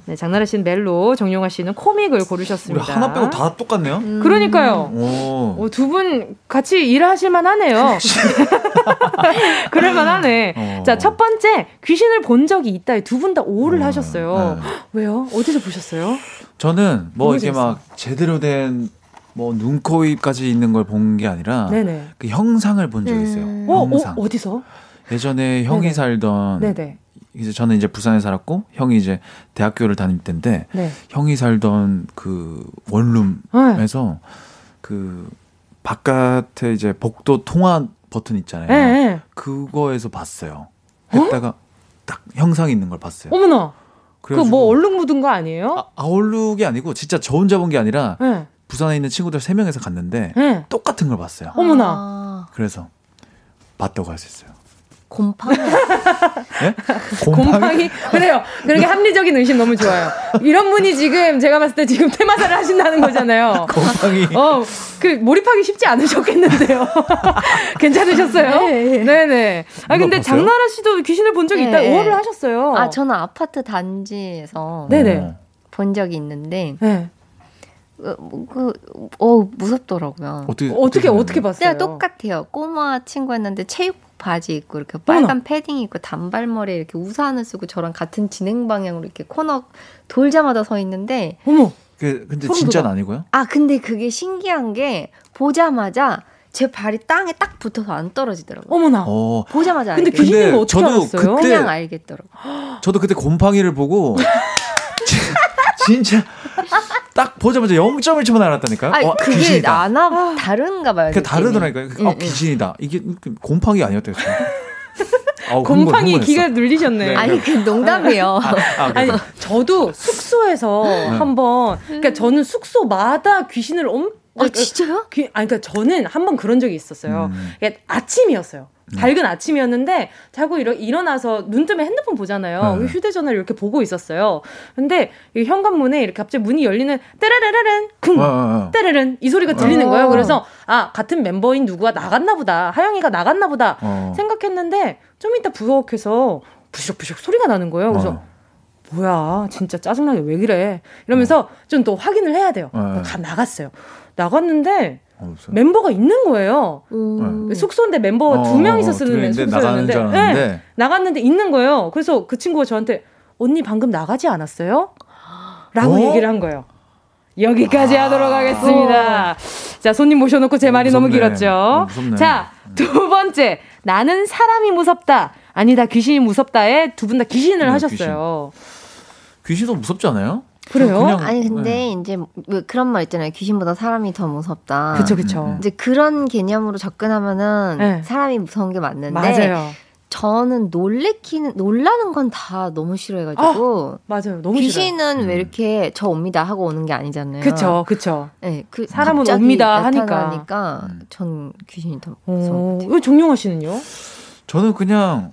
Speaker 1: 네, 장나라 씨는 멜로, 정용화 씨는 코믹을
Speaker 4: 우리
Speaker 1: 고르셨습니다. 음.
Speaker 4: 하나 빼고 다 똑같네요.
Speaker 1: 그러니까요.
Speaker 4: 오.
Speaker 1: 어, 두분 같이 일하실만 하네요. 그럴만 하네.
Speaker 4: 음. 어.
Speaker 1: 자, 첫 번째, 귀신을 본 적이 있다. 두 분 다 오를 하셨어요.
Speaker 4: 음, 네.
Speaker 1: 왜요? 어디서 보셨어요?
Speaker 4: 저는 뭐
Speaker 1: 너무
Speaker 4: 이게
Speaker 1: 재밌어요.
Speaker 4: 막 제대로 된 뭐 눈코입까지 있는 걸 본 게 아니라
Speaker 1: 네네.
Speaker 4: 그 형상을 본 적이 있어요.
Speaker 3: 음.
Speaker 1: 어, 어,
Speaker 4: 형상.
Speaker 1: 어디서?
Speaker 4: 예전에 형이
Speaker 1: 네네.
Speaker 4: 살던
Speaker 1: 네네.
Speaker 4: 이제 저는 이제 부산에 살았고 형이 이제 대학교를 다닐 때인데
Speaker 1: 네.
Speaker 4: 형이 살던 그
Speaker 1: 네.
Speaker 4: 원룸에서 그 바깥에 이제 복도 통화 버튼 있잖아요.
Speaker 1: 예, 예.
Speaker 4: 그거에서 봤어요. 했다가 딱 형상 있는 걸 봤어요.
Speaker 1: 어머나.
Speaker 4: 그래가지고
Speaker 1: 그뭐 얼룩 묻은 거 아니에요?
Speaker 4: 아, 아울룩이 아니고 진짜 저 혼자 본 게 아니라
Speaker 1: 예.
Speaker 4: 부산에 있는 친구들 세 명에서 갔는데
Speaker 1: 예.
Speaker 4: 똑같은 걸 봤어요.
Speaker 1: 어머나.
Speaker 3: 아,
Speaker 4: 그래서 봤다고 할 수 있어요.
Speaker 3: 곰팡이.
Speaker 4: 예?
Speaker 1: 그 곰팡이 그래요. 그렇게 합리적인 의심 너무 좋아요. 이런 분이 지금 제가 봤을 때 지금 테마사를 하신다는 거잖아요.
Speaker 4: 곰팡이.
Speaker 1: 어, 그 몰입하기 쉽지 않으셨겠는데요. 괜찮으셨어요?
Speaker 3: 네.
Speaker 1: 네네. 아 근데
Speaker 4: 누가 봤어요?
Speaker 1: 장나라 씨도 귀신을 본 적이
Speaker 3: 네.
Speaker 1: 있다. 오해를 하셨어요.
Speaker 3: 아, 저는 아파트 단지에서
Speaker 1: 네. 네네.
Speaker 4: 어,
Speaker 3: 본 적이 있는데,
Speaker 1: 네.
Speaker 3: 어, 뭐 그, 어, 무섭더라고요.
Speaker 4: 그 어떻게
Speaker 1: 어떻게 어떻게
Speaker 4: 생각나요?
Speaker 1: 봤어요?
Speaker 3: 제가 똑같아요. 꼬마 친구였는데 체육복 바지 입고 이렇게 빨간 패딩 입고 단발머리 이렇게 우산을 쓰고 저랑 같은 진행 방향으로 이렇게 코너 돌자마자 서 있는데
Speaker 1: 어머.
Speaker 4: 그, 근데
Speaker 1: 소름
Speaker 4: 진짜는 아니고요.
Speaker 3: 아 근데 그게 신기한 게 보자마자 제 발이 땅에 딱 붙어서 안 떨어지더라고요.
Speaker 1: 어머나.
Speaker 4: 어, 네.
Speaker 3: 보자마자
Speaker 1: 근데
Speaker 3: 알겠...
Speaker 1: 귀신인 거 어떻게
Speaker 4: 저도
Speaker 1: 알았어요?
Speaker 4: 그때
Speaker 3: 그냥 알겠더라고. 요
Speaker 4: 저도 그때 곰팡이를 보고 진- 진짜 딱 보자마자 0.1초만 알았다니까요.
Speaker 3: 아
Speaker 4: 어,
Speaker 3: 그게
Speaker 4: 귀신이다.
Speaker 3: 나나 다른가 봐요.
Speaker 4: 그
Speaker 3: 느낌이.
Speaker 4: 다르더라니까요. 그,
Speaker 1: 음,
Speaker 3: 응,
Speaker 4: 어,
Speaker 3: 응.
Speaker 4: 귀신이다. 이게 곰팡이 아니었대요. 저는. 아우, 흥분,
Speaker 1: 곰팡이
Speaker 4: 흥분했어.
Speaker 1: 기가 눌리셨네.
Speaker 4: 네.
Speaker 3: 아니 그 농담이에요. 어,
Speaker 4: 아, 네.
Speaker 1: 아니
Speaker 4: 그래요?
Speaker 1: 저도 숙소에서 한번 그러니까 저는 숙소마다 귀신을 엄
Speaker 3: 음.
Speaker 1: 어,
Speaker 3: 아 진짜요?
Speaker 1: 귀, 아니, 그러니까 저는 한 번 그런 적이 있었어요.
Speaker 4: 음. 네.
Speaker 1: 그러니까 아침이었어요. 밝은 아침이었는데 자고 일어, 일어나서 눈 뜨면 핸드폰 보잖아요.
Speaker 4: 네.
Speaker 1: 휴대전화를 이렇게 보고 있었어요. 근데 이 현관문에 이렇게 갑자기 문이 열리는 따라라라란 쿵
Speaker 4: 어, 어, 어.
Speaker 1: 따라란 이 소리가 들리는
Speaker 3: 어.
Speaker 1: 거예요. 그래서 아 같은 멤버인 누구가 나갔나 보다. 하영이가 나갔나 보다
Speaker 4: 어.
Speaker 1: 생각했는데 좀 이따 부엌에서 부시럭부시럭 소리가 나는 거예요. 그래서
Speaker 4: 어.
Speaker 1: 뭐야 진짜 짜증나게 왜 그래
Speaker 4: 어.
Speaker 1: 이러면서 좀 또 확인을 해야 돼요.
Speaker 4: 네.
Speaker 1: 가 나갔어요. 나갔는데
Speaker 4: 어, 없어요.
Speaker 1: 음. 멤버가 있는 거예요.
Speaker 3: 그, 오.
Speaker 1: 숙소인데 멤버
Speaker 4: 어,
Speaker 1: 두 명이서
Speaker 4: 어, 두
Speaker 1: 쓰는
Speaker 4: 명인데 나가는
Speaker 1: 숙소였는데
Speaker 4: 줄 알았는데.
Speaker 1: 네, 나갔는데 있는 거예요. 그래서 그 친구가 저한테 언니 방금 나가지 않았어요? 라고
Speaker 4: 어? 아.
Speaker 1: 얘기를 한 거예요. 여기까지 하도록 하겠습니다.
Speaker 3: 어.
Speaker 1: 자, 손님 모셔놓고 제 말이 너무
Speaker 4: 무섭네. 어,
Speaker 1: 길었죠.
Speaker 4: 무섭네.
Speaker 1: 자, 두 번째. 나는 사람이 무섭다. 아니다, 귀신이 무섭다에 두 분 다 귀신을
Speaker 4: 네,
Speaker 1: 하셨어요.
Speaker 4: 귀신도 무섭지 않아요?
Speaker 1: 그래요?
Speaker 4: 그냥-
Speaker 3: 어. 아니 근데
Speaker 4: 네.
Speaker 3: 이제 왜 그런 말 있잖아요. 귀신보다 사람이 더 무섭다.
Speaker 1: 그쵸, 그쵸.
Speaker 4: 음, 음,
Speaker 3: 이제 그런 개념으로 접근하면은
Speaker 1: 네.
Speaker 3: 사람이 무서운 게
Speaker 4: 음.
Speaker 3: 맞는데
Speaker 1: 맞아요.
Speaker 3: 저는 놀래키는 놀라는 건 다 너무 싫어해가지고
Speaker 1: 맞아요. 너무 싫어요.
Speaker 3: 귀신은
Speaker 4: 싫어요.
Speaker 3: 왜 이렇게 저 옵니다 하고 오는 게 아니잖아요.
Speaker 1: 그쵸, 그쵸.
Speaker 3: 네, 그
Speaker 1: 사람은
Speaker 3: 갑자기
Speaker 1: 옵니다 하니까.
Speaker 3: 나타나니까
Speaker 4: 음.
Speaker 3: 전 귀신이 더 무서운 것
Speaker 1: 오,
Speaker 3: 같아요.
Speaker 1: 이거 어, 정용화 씨는요?
Speaker 4: 저는 그냥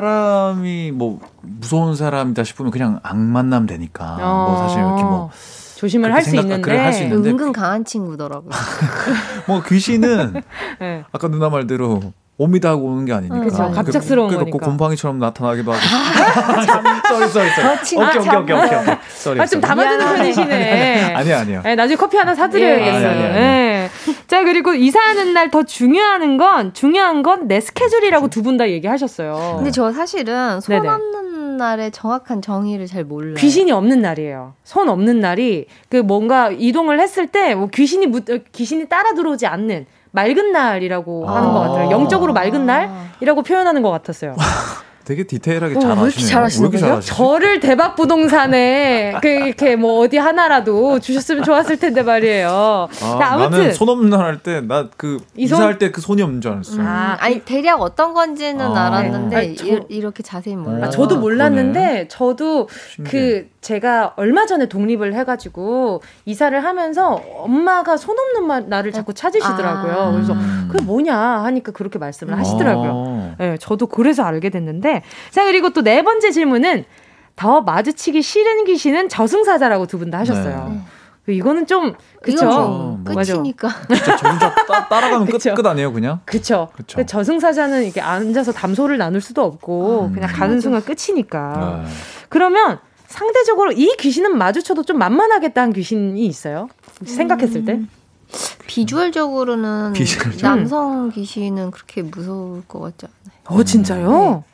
Speaker 4: 사람이 뭐 무서운 사람이다 싶으면 그냥 안 만나면 되니까 뭐 사실 이렇게 뭐,
Speaker 1: 어, 조심을
Speaker 4: 그렇게
Speaker 1: 할 수
Speaker 4: 생각-
Speaker 1: 있는데 아,
Speaker 4: 그걸 할수 있는- 근데-
Speaker 3: 은근 강한 친구더라고요.
Speaker 4: 뭐 귀신은
Speaker 1: 네.
Speaker 4: 아까 누나 말대로 옵니다 하고 오는 게 아니니까.
Speaker 1: 그쵸, 갑작스러운
Speaker 4: 그러니까 꼭
Speaker 1: 거니까.
Speaker 4: 곰팡이처럼 나타나기도 하고. 참, 쏘리 쏘리 쏘리.
Speaker 3: 진짜
Speaker 4: 오케이 오케이 오케이 오케이. 쏘리.
Speaker 1: 아, 좀 담아주는
Speaker 3: 미안하네.
Speaker 1: 편이시네.
Speaker 4: 아니야 아니야.
Speaker 1: 예, 나중에 커피 하나 사드려야겠어요.
Speaker 4: 예, 예. 아니, 아니, 아니.
Speaker 1: 예. 자, 그리고 이사하는 날 더 중요한 건, 중요한 건 내 스케줄이라고 두 분 다 얘기하셨어요.
Speaker 3: 근데 저 사실은 손
Speaker 1: 네네.
Speaker 3: 없는 날의 정확한 정의를 잘 몰라요.
Speaker 1: 네. 귀신이 없는 날이에요. 손 없는 날이 그 뭔가 이동을 했을 때뭐 귀신이 무, 어, 귀신이 따라 들어오지 않는 맑은 날이라고 하는
Speaker 4: 아.
Speaker 1: 것 같아요. 영적으로 맑은 날이라고 표현하는 것 같았어요.
Speaker 4: 되게 디테일하게
Speaker 3: 어,
Speaker 4: 잘
Speaker 3: 왜 이렇게
Speaker 4: 아시네요.
Speaker 3: 잘하시는
Speaker 4: 왜 이렇게
Speaker 3: 거예요?
Speaker 4: 잘하시지?
Speaker 1: 저를 대박 부동산에 그 이렇게 뭐 어디 하나라도 주셨으면 좋았을 텐데 말이에요.
Speaker 4: 아,
Speaker 1: 자, 아무튼
Speaker 4: 나는 손 없는 날 할 때 나 그
Speaker 1: 이 손-
Speaker 4: 이사할 때 그 손이 없는 줄 알았어. 요
Speaker 1: 아,
Speaker 3: 음, 아니 대략 어떤 건지는
Speaker 4: 아.
Speaker 3: 알았는데
Speaker 1: 아니, 저-
Speaker 3: 이- 이렇게 자세히 몰라요.
Speaker 1: 아, 저도
Speaker 4: 아,
Speaker 1: 몰랐는데
Speaker 4: 그러네. 음, 네.
Speaker 1: 저도 그 제가 얼마 전에 독립을 해가지고 이사를 하면서 엄마가 손 없는 마- 나를 자꾸 찾으시더라고요.
Speaker 3: 아.
Speaker 1: 그래서
Speaker 4: 음.
Speaker 1: 그게 뭐냐 하니까 그렇게 말씀을
Speaker 4: 어.
Speaker 1: 하시더라고요.
Speaker 4: 아.
Speaker 1: 예, 저도 그래서 알게 됐는데 자 그리고 또 네 번째 질문은 더 마주치기 싫은 귀신은 저승사자라고 두 분 다 하셨어요.
Speaker 4: 네.
Speaker 1: 그 이거는 좀
Speaker 3: 이건
Speaker 1: 그쵸. 음,
Speaker 3: 뭐
Speaker 4: 뭐.
Speaker 1: 맞아.
Speaker 3: 끝이니까.
Speaker 4: 진짜 정작 따, 따라가면 끝,
Speaker 1: 그쵸.
Speaker 4: 끝 아니에요 그냥?
Speaker 1: 그쵸.
Speaker 4: 그쵸.
Speaker 1: 그 저승사자는 이렇게 앉아서 담소를 나눌 수도 없고 그냥 가는 순간 끝이니까.
Speaker 4: 네.
Speaker 1: 그러면 상대적으로 이 귀신은 마주쳐도 좀 만만하겠다는 귀신이 있어요? 생각했을 때?
Speaker 3: 비주얼적으로는
Speaker 4: 비주얼적으로.
Speaker 3: 남성 귀신은 그렇게 무서울 것 같지 않아요.
Speaker 1: 어, 진짜요?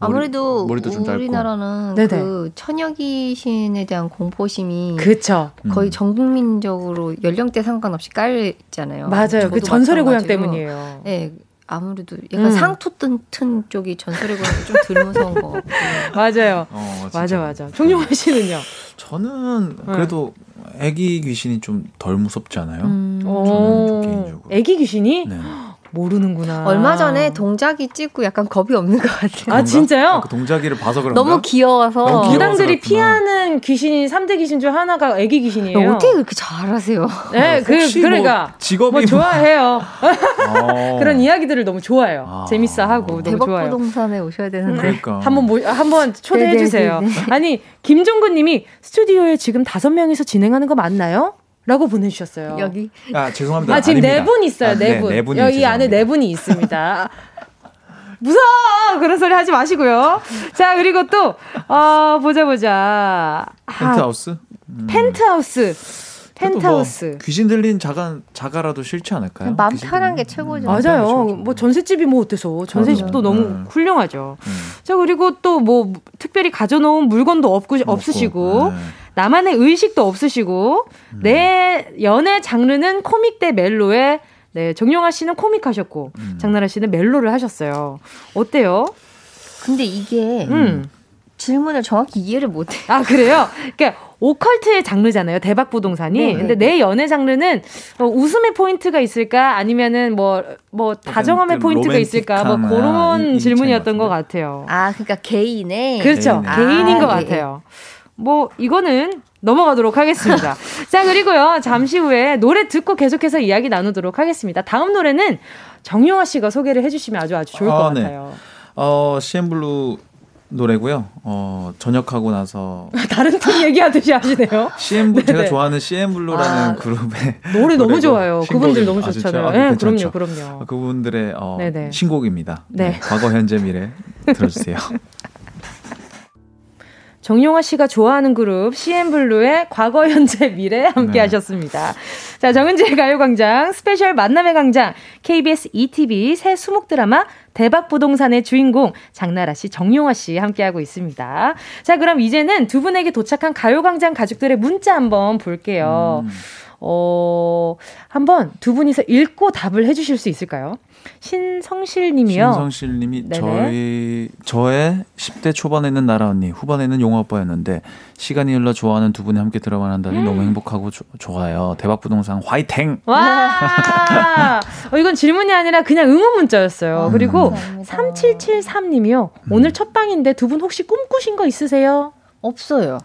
Speaker 3: 아무래도
Speaker 4: 머리도 좀 짧고.
Speaker 3: 우리나라는
Speaker 1: 네네.
Speaker 3: 그 처녀 귀신에 대한 공포심이
Speaker 1: 네. 그쵸.
Speaker 3: 거의
Speaker 4: 음.
Speaker 3: 전 국민적으로 연령대 상관없이 깔려 있잖아요.
Speaker 1: 맞아요.
Speaker 3: 어, 저도
Speaker 1: 그 전설의 고향
Speaker 3: 마찬가지로.
Speaker 1: 때문이에요.
Speaker 3: 네, 아무래도 약간
Speaker 1: 음.
Speaker 3: 상투 뜬튼 쪽이 전설의 고향이 좀덜 무서운 것 같고.
Speaker 1: 맞아요.
Speaker 4: 어, 진짜.
Speaker 1: 맞아, 맞아. 종용화 씨는요?
Speaker 4: 저는 그래도
Speaker 1: 네.
Speaker 4: 아기 귀신이 좀 덜 무섭지 않아요?
Speaker 3: 음.
Speaker 1: 오,
Speaker 4: 좀 개인적으로.
Speaker 1: 어. 애기 귀신이?
Speaker 4: 네.
Speaker 1: 모르는구나.
Speaker 3: 얼마 전에 동작이 찍고 약간 겁이 없는 것 같아요.
Speaker 1: 아, 진짜요?
Speaker 4: 그 동작이를 봐서 그런가?
Speaker 3: 너무 귀여워서.
Speaker 4: 너무 귀여워.
Speaker 1: 무당들이
Speaker 4: 귀여워서
Speaker 1: 피하는 귀신이 3대 귀신 중 하나가 애기 귀신이에요.
Speaker 3: 야, 네, 어떻게 그렇게 잘하세요?
Speaker 1: 네, 그,
Speaker 4: 혹시
Speaker 1: 그러니까.
Speaker 4: 뭐 직업이
Speaker 1: 뭐 좋아해요.
Speaker 4: 어.
Speaker 1: 그런 이야기들을 너무 좋아해요.
Speaker 4: 아.
Speaker 1: 재밌어하고 너무
Speaker 3: 대박
Speaker 1: 좋아요.
Speaker 3: 부동산에 오셔야 되는데.
Speaker 4: 그러니까.
Speaker 1: 한번 모, 한번 초대해
Speaker 3: 네네네네.
Speaker 1: 주세요. 아니 김종근님이 스튜디오에 지금 다섯 명이서 진행하는 거 맞나요? 라고 보내주셨어요.
Speaker 3: 여기
Speaker 4: 아 죄송합니다.
Speaker 1: 아 지금 네
Speaker 4: 아닙니다.
Speaker 1: 분 있어요.
Speaker 4: 아,
Speaker 1: 네 분.
Speaker 4: 네 분이
Speaker 1: 여기 안에
Speaker 4: 죄송합니다.
Speaker 1: 네 분이 있습니다. 무서워 그런 소리 하지 마시고요. 자 그리고 또 어, 보자 보자. 아,
Speaker 4: 펜트하우스? 음.
Speaker 1: 펜트하우스.
Speaker 4: 그래도 뭐
Speaker 1: 펜트하우스.
Speaker 4: 귀신 들린 자가 자가라도 싫지 않을까요?
Speaker 3: 마음
Speaker 4: 귀신
Speaker 3: 편한
Speaker 4: 들린?
Speaker 3: 게 최고죠.
Speaker 4: 마음 편한 게
Speaker 1: 네, 맞아요.
Speaker 4: 최고죠.
Speaker 1: 뭐 전셋집이 뭐 어때서 전셋집도
Speaker 4: 맞아요.
Speaker 1: 너무
Speaker 4: 네.
Speaker 1: 훌륭하죠.
Speaker 4: 음.
Speaker 1: 자 그리고 또 뭐 특별히 가져놓은 물건도 없고 없으시고
Speaker 4: 뭐 없고, 네. 음.
Speaker 1: 나만의 의식도 없으시고 내 연애 장르는 코믹 대 멜로에 네 정용화 씨는 코믹 하셨고
Speaker 4: 음.
Speaker 1: 장나라 씨는 멜로를 하셨어요. 어때요?
Speaker 3: 근데 이게
Speaker 1: 음.
Speaker 3: 질문을 정확히 이해를 못해.
Speaker 1: 아 그래요? 그러니까 오컬트의 장르잖아요. 대박 부동산이.
Speaker 3: 네,
Speaker 1: 근데
Speaker 3: 네.
Speaker 1: 내 연애 장르는 어, 웃음의 포인트가 있을까 아니면은 뭐 뭐 다정함의
Speaker 4: 그
Speaker 1: 포인트가 있을까 뭐
Speaker 4: 로맨틱함이나 이-
Speaker 1: 그런
Speaker 4: 이
Speaker 1: 질문이었던
Speaker 4: 차이인
Speaker 1: 것
Speaker 4: 것
Speaker 1: 같아요.
Speaker 3: 아, 그러니까 개인의
Speaker 1: 그렇죠.
Speaker 4: 개인의.
Speaker 1: 개인인
Speaker 3: 아,
Speaker 1: 것
Speaker 3: 예,
Speaker 1: 같아요. 뭐 이거는 넘어가도록 하겠습니다. 자 그리고요 잠시 후에 노래 듣고 계속해서 이야기 나누도록 하겠습니다. 다음 노래는 정용화 씨가 소개를 해주시면 아주 아주 좋을 것
Speaker 4: 아, 네.
Speaker 1: 같아요.
Speaker 4: 어 CN블루 노래고요. 어 전역하고 나서
Speaker 1: 다른 팀 얘기하듯이 하시네요.
Speaker 4: CN블루 제가
Speaker 1: 네네.
Speaker 4: 좋아하는 CN블루라는
Speaker 1: 아,
Speaker 4: 그룹의
Speaker 1: 노래 너무
Speaker 4: 노래고
Speaker 1: 좋아요. 그분들
Speaker 4: 신곡이-
Speaker 1: 너무
Speaker 4: 아, 진짜?
Speaker 1: 좋잖아요.
Speaker 4: 아,
Speaker 1: 예,
Speaker 4: 괜찮죠.
Speaker 1: 그럼요, 그럼요.
Speaker 4: 아, 그분들의 어,
Speaker 1: 네네.
Speaker 4: 신곡입니다. 네.
Speaker 1: 네.
Speaker 4: 과거, 현재, 미래 들어주세요.
Speaker 1: 정용화 씨가 좋아하는 그룹 CN블루의 과거, 현재, 미래 함께
Speaker 4: 네.
Speaker 1: 하셨습니다. 자, 정은지의 가요광장 스페셜 만남의 광장 KBS ETV 새 수목 드라마 대박 부동산의 주인공 장나라 씨, 정용화 씨 함께 하고 있습니다. 자, 그럼 이제는 두 분에게 도착한 가요광장 가족들의 문자 한번 볼게요. 어, 한번 두 분이서 읽고 답을 해주실 수 있을까요? 신성실 님이요.
Speaker 4: 신성실님이
Speaker 1: 네네.
Speaker 4: 저희 저의 10대 초반에는 나라 언니, 후반에는 용화 오빠였는데 시간이 흘러 좋아하는 두 분이 함께 들어만 한다니
Speaker 1: 음.
Speaker 4: 너무 행복하고 조- 좋아요. 대박 부동산 화이팅!
Speaker 1: 와! 어, 이건 질문이 아니라 그냥 응원 문자였어요.
Speaker 3: 아.
Speaker 1: 그리고
Speaker 3: 감사합니다.
Speaker 1: 3773님이요.
Speaker 3: 음.
Speaker 1: 오늘 첫 방인데 두 분 혹시 꿈꾸신 거 있으세요?
Speaker 3: 없어요.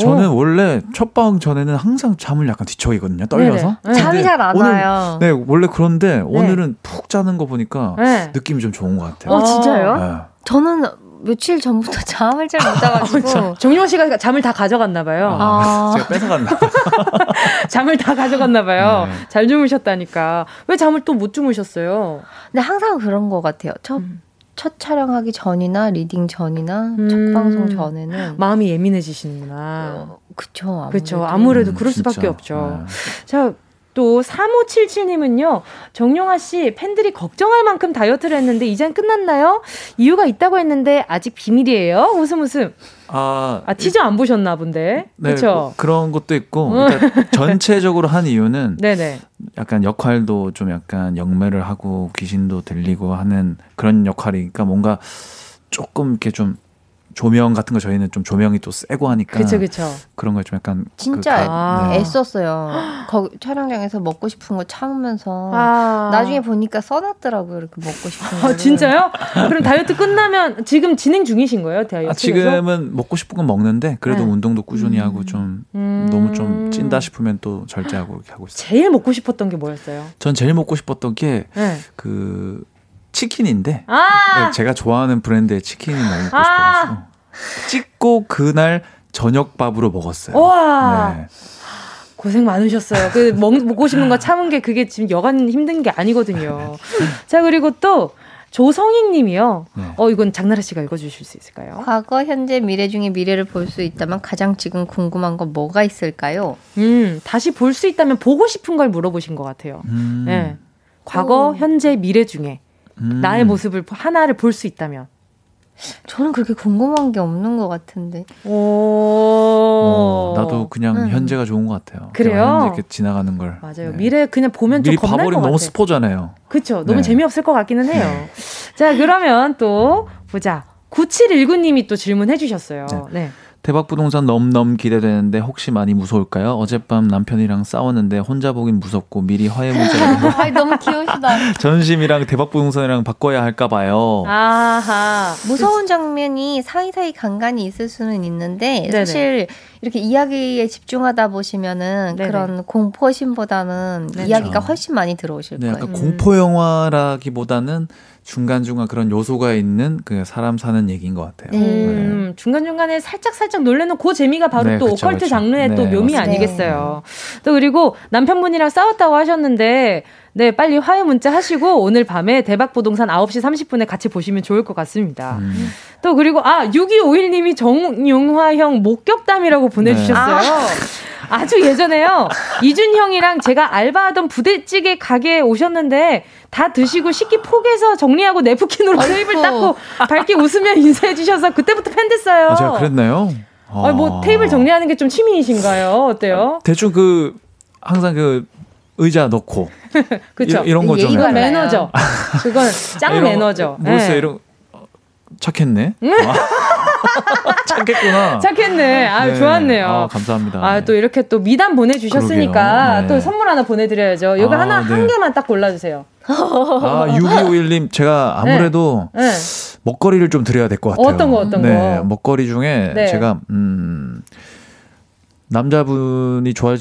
Speaker 4: 저는 원래 첫 방 전에는 항상 잠을 약간 뒤척이거든요. 떨려서.
Speaker 1: 네네. 네.
Speaker 3: 잠이
Speaker 4: 근데
Speaker 3: 잘 안
Speaker 4: 오늘-
Speaker 3: 와요.
Speaker 4: 네, 원래 그런데 오늘은 푹 자는 거 보니까
Speaker 1: 네.
Speaker 4: 느낌이 좀 좋은 것 같아요.
Speaker 1: 어,
Speaker 3: 어, 진짜요?
Speaker 4: 네.
Speaker 3: 저는 며칠 전부터 잠을 잘 못
Speaker 1: 아,
Speaker 3: 자가지고
Speaker 1: 정용 씨가 잠을 다 가져갔나 봐요.
Speaker 3: 아.
Speaker 4: 제가 뺏어갔나?
Speaker 1: 잠을 다 가져갔나 봐요.
Speaker 4: 네.
Speaker 1: 잘 주무셨다니까. 왜 잠을 또 못 주무셨어요?
Speaker 3: 근데 항상 그런 것 같아요. 첫,
Speaker 1: 음.
Speaker 3: 첫 촬영하기 전이나 리딩 전이나
Speaker 1: 음.
Speaker 3: 첫 방송 전에는
Speaker 1: 마음이 예민해지시는구나.
Speaker 3: 어, 그쵸 아무래도
Speaker 1: 그렇죠. 아무래도
Speaker 4: 음,
Speaker 1: 그럴 수밖에
Speaker 4: 진짜. 네.
Speaker 1: 없죠. 자, 또 3577님은요. 정용화 씨 팬들이 걱정할 만큼 다이어트를 했는데 이젠 끝났나요? 이유가 있다고 했는데 아직 비밀이에요. 웃음 웃음.
Speaker 4: 아,
Speaker 1: 아, 티저 안 보셨나 본데.
Speaker 4: 네,
Speaker 1: 그렇죠.
Speaker 4: 뭐 그런 것도 있고 그러니까 전체적으로 한 이유는
Speaker 1: 음. 네, 네.
Speaker 4: 약간 역할도 좀 약간 영매를 하고 귀신도 들리고 하는 그런 역할이니까 뭔가 조금 이렇게 좀 조명 같은 거 저희는 좀 조명이 또 세고 하니까
Speaker 1: 그렇죠. 그렇죠.
Speaker 4: 그런 걸 좀 약간 그
Speaker 3: 진짜
Speaker 1: 아,
Speaker 4: 가- 네.
Speaker 3: 애썼어요. 거기 촬영장에서 먹고 싶은 거 참으면서
Speaker 1: 아.
Speaker 3: 나중에 보니까 써놨더라고요. 이렇게 먹고 싶은 거.
Speaker 1: 아, 진짜요? 그럼 다이어트 끝나면 지금 진행 중이신 거예요, 다이어트?
Speaker 4: 아, 지금은 먹고 싶은 건 먹는데 그래도
Speaker 1: 네.
Speaker 4: 운동도 꾸준히 하고 좀
Speaker 1: 음.
Speaker 4: 너무 좀 찐다 싶으면 또 절제하고 이렇게 하고 있어요.
Speaker 1: 제일 먹고 싶었던 게 뭐였어요?
Speaker 4: 전 제일 먹고 싶었던
Speaker 1: 네.
Speaker 4: 게 그 치킨인데
Speaker 1: 아!
Speaker 4: 네, 제가 좋아하는 브랜드의 치킨이 너무 먹고
Speaker 1: 아.
Speaker 4: 싶어가지고 찍고 그날 저녁밥으로 먹었어요.
Speaker 1: 우와!
Speaker 4: 네.
Speaker 1: 고생 많으셨어요. 그 먹, 먹고 싶은 거 참은 게 그게 지금 여간 힘든 게 아니거든요. 자, 그리고 또 조성익 님이요.
Speaker 4: 네.
Speaker 1: 어, 이건 장나라 씨가 읽어 주실 수 있을까요?
Speaker 3: 과거, 현재, 미래 중에 미래를 볼 수 있다면 가장 지금 궁금한 건 뭐가 있을까요?
Speaker 1: 음, 다시 볼 수 있다면 보고 싶은 걸 물어보신 것 같아요.
Speaker 4: 음,
Speaker 1: 네. 과거,
Speaker 3: 오.
Speaker 1: 현재, 미래 중에
Speaker 4: 음.
Speaker 1: 나의 모습을 하나를 볼 수 있다면.
Speaker 3: 저는 그렇게 궁금한 게 없는 것 같은데.
Speaker 1: 오.
Speaker 4: 어, 나도 그냥
Speaker 3: 음.
Speaker 4: 현재가 좋은 것 같아요.
Speaker 1: 그래요?
Speaker 4: 그냥 현재 이렇게 지나가는 걸.
Speaker 1: 맞아요.
Speaker 4: 네.
Speaker 1: 미래 그냥 보면 좀
Speaker 4: 미리
Speaker 1: 겁날 것
Speaker 4: 봐버리면
Speaker 1: 같아.
Speaker 4: 너무 스포잖아요.
Speaker 1: 그렇죠. 너무
Speaker 4: 네.
Speaker 1: 재미없을 것 같기는 해요. 자, 그러면 또 보자. 9719님이 또 질문해 주셨어요. 네.
Speaker 4: 대박 부동산 넘넘 기대되는데 혹시 많이 무서울까요? 어젯밤 남편이랑 싸웠는데 혼자 보긴 무섭고 미리 화해 문제라도
Speaker 3: 아이, 너무 귀여우시다.
Speaker 4: 전심이랑 대박 부동산이랑 바꿔야 할까 봐요.
Speaker 1: 아, 아하.
Speaker 3: 무서운 장면이 사이사이 간간히 있을 수는 있는데
Speaker 1: 네네.
Speaker 3: 사실 이렇게 이야기에 집중하다 보시면은
Speaker 1: 네네.
Speaker 3: 그런 공포심보다는
Speaker 1: 그렇죠.
Speaker 3: 이야기가 훨씬 많이 들어오실
Speaker 4: 네,
Speaker 3: 거예요.
Speaker 1: 음.
Speaker 4: 약간 공포 영화라기보다는 중간 중간 그런 요소가 있는 그 사람 사는 얘기인 것 같아요.
Speaker 3: 네.
Speaker 1: 음, 중간중간에 살짝살짝 놀래는 그 재미가 바로
Speaker 4: 네,
Speaker 1: 또
Speaker 4: 그쵸,
Speaker 1: 오컬트
Speaker 4: 그쵸.
Speaker 1: 장르의
Speaker 4: 네,
Speaker 1: 또 묘미
Speaker 4: 맞습니다.
Speaker 1: 아니겠어요. 또 그리고 남편분이랑 싸웠다고 하셨는데, 네, 빨리 화해 문자 하시고 오늘 밤에 대박 부동산 9시 30분에 같이 보시면 좋을 것 같습니다.
Speaker 4: 음.
Speaker 1: 또 그리고 아 6251님이 정용화형
Speaker 4: 네.
Speaker 1: 목격담이라고
Speaker 3: 아,
Speaker 1: 보내주셨어요. 아. 주 예전에요. 이준 형이랑 제가 알바하던 부대찌개 가게에 오셨는데 다 드시고 식기 포개서 정리하고 네프킨으로 테이블 닦고 밝게 웃으며 인사해 주셔서 그때부터 팬 됐어요.
Speaker 4: 아, 제가 그랬나요?
Speaker 1: 네. 아, 뭐 테이블 정리하는 게 좀 취미이신가요? 어때요?
Speaker 4: 대충 그 항상 그 의자 넣고
Speaker 1: 그렇죠.
Speaker 4: 아, 이- 이런 거죠.
Speaker 3: 예의가
Speaker 1: 이건
Speaker 4: 네.
Speaker 3: 달라요.
Speaker 1: 매너죠. 그건 짱
Speaker 4: 이런-
Speaker 1: 매너죠.
Speaker 4: 모르겠어요.
Speaker 1: 네. 음.
Speaker 4: 이런 어, 착했네. 아. 착했구나.
Speaker 1: 착했네. 아
Speaker 4: 네.
Speaker 1: 좋았네요.
Speaker 4: 아, 감사합니다.
Speaker 1: 아,
Speaker 4: 네.
Speaker 1: 또 이렇게 또 미담 보내주셨으니까
Speaker 4: 그러게요. 네.
Speaker 1: 또 선물 하나 보내드려야죠. 이거
Speaker 4: 아,
Speaker 1: 하나, 한
Speaker 4: 네.
Speaker 1: 개만 딱 골라주세요.
Speaker 4: 아, 6251님, 제가 아무래도
Speaker 1: 네.
Speaker 4: 먹거리를 좀 드려야 될 것 같아요.
Speaker 1: 어떤 거, 어떤
Speaker 4: 네,
Speaker 1: 거?
Speaker 4: 먹거리 중에
Speaker 1: 네.
Speaker 4: 제가, 음, 남자분이 좋아,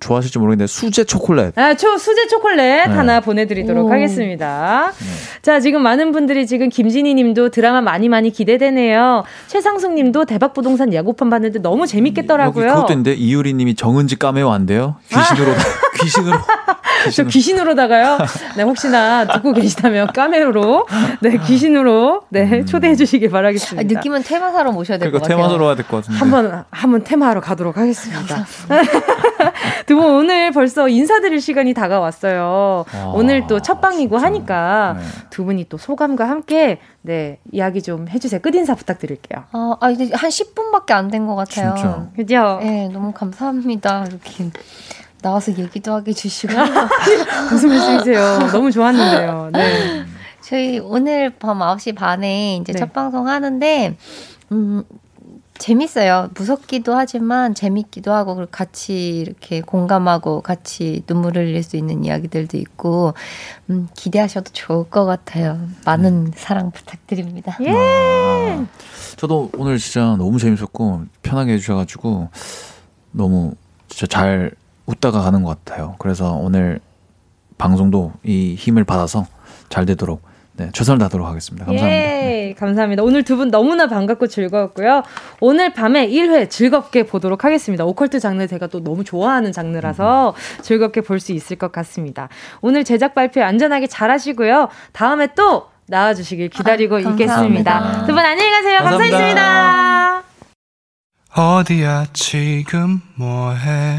Speaker 4: 좋아하실지 모르겠는데, 수제 초콜릿.
Speaker 1: 아, 초, 수제 초콜릿
Speaker 4: 네.
Speaker 1: 하나 보내드리도록
Speaker 3: 오.
Speaker 1: 하겠습니다. 자, 지금 많은 분들이 지금 김진희 님도 드라마 많이 많이 기대되네요. 최상숙 님도 대박 부동산 예고편 봤는데 너무 재밌겠더라고요.
Speaker 4: 여기 그것도 있는데, 이유리 님이 정은지 까메오 안 돼요? 귀신으로,
Speaker 1: 아.
Speaker 4: 귀신으로.
Speaker 1: 저 귀신으로다가요. 네, 혹시나 듣고 계시다면 까메오로, 네, 귀신으로,
Speaker 4: 음.
Speaker 1: 네, 초대해 주시길 바라겠습니다.
Speaker 3: 아, 느낌은 테마사로 모셔야 될 것
Speaker 4: 그러니까
Speaker 3: 같아요.
Speaker 4: 테마로 와야 될 것 같은데.
Speaker 1: 한번 한번 테마하러 가도록 하겠습니다. 두 분 오늘 벌써 인사드릴 시간이 다가왔어요.
Speaker 4: 아,
Speaker 1: 오늘 또 첫 방이고
Speaker 4: 진짜.
Speaker 1: 하니까
Speaker 4: 네.
Speaker 1: 두 분이 또 소감과 함께 네 이야기 좀 해주세요. 끝 인사 부탁드릴게요.
Speaker 3: 아, 아, 이제 한 10분밖에 안 된 것 같아요.
Speaker 4: 진짜.
Speaker 1: 그죠?
Speaker 3: 네, 너무 감사합니다. 이렇게 나와서 얘기도 하게 해주시고.
Speaker 1: 무슨 말씀이세요? 너무 좋았는데요. 네.
Speaker 3: 저희 오늘 밤 9시 반에 이제
Speaker 1: 네.
Speaker 3: 첫 방송 하는데, 음, 재밌어요. 무섭기도 하지만 재밌기도 하고, 그리고 같이 이렇게 공감하고, 같이 눈물을 흘릴 수 있는 이야기들도 있고, 음, 기대하셔도 좋을 것 같아요.
Speaker 4: 음.
Speaker 3: 많은 사랑 부탁드립니다.
Speaker 4: 아, 저도 오늘 진짜 너무 재밌었고 편하게 해주셔가지고 너무 진짜 잘 웃다가 가는 것 같아요. 그래서 오늘 방송도 이 힘을 받아서 잘 되도록 네, 최선을 다하도록 하겠습니다. 감사합니다. 네.
Speaker 1: 예, 감사합니다. 오늘 두 분 너무나 반갑고 즐거웠고요. 오늘 밤에 1회 즐겁게 보도록 하겠습니다. 오컬트 장르 제가 또 너무 좋아하는 장르라서 즐겁게 볼 수 있을 것 같습니다. 오늘 제작 발표 안전하게 잘 하시고요. 다음에 또 나와주시길 기다리고
Speaker 3: 아,
Speaker 1: 있겠습니다.
Speaker 3: 감사합니다.
Speaker 1: 두 분 안녕히 가세요.
Speaker 4: 감사합니다.
Speaker 1: 감사했습니다.
Speaker 2: 어디야 지금 뭐해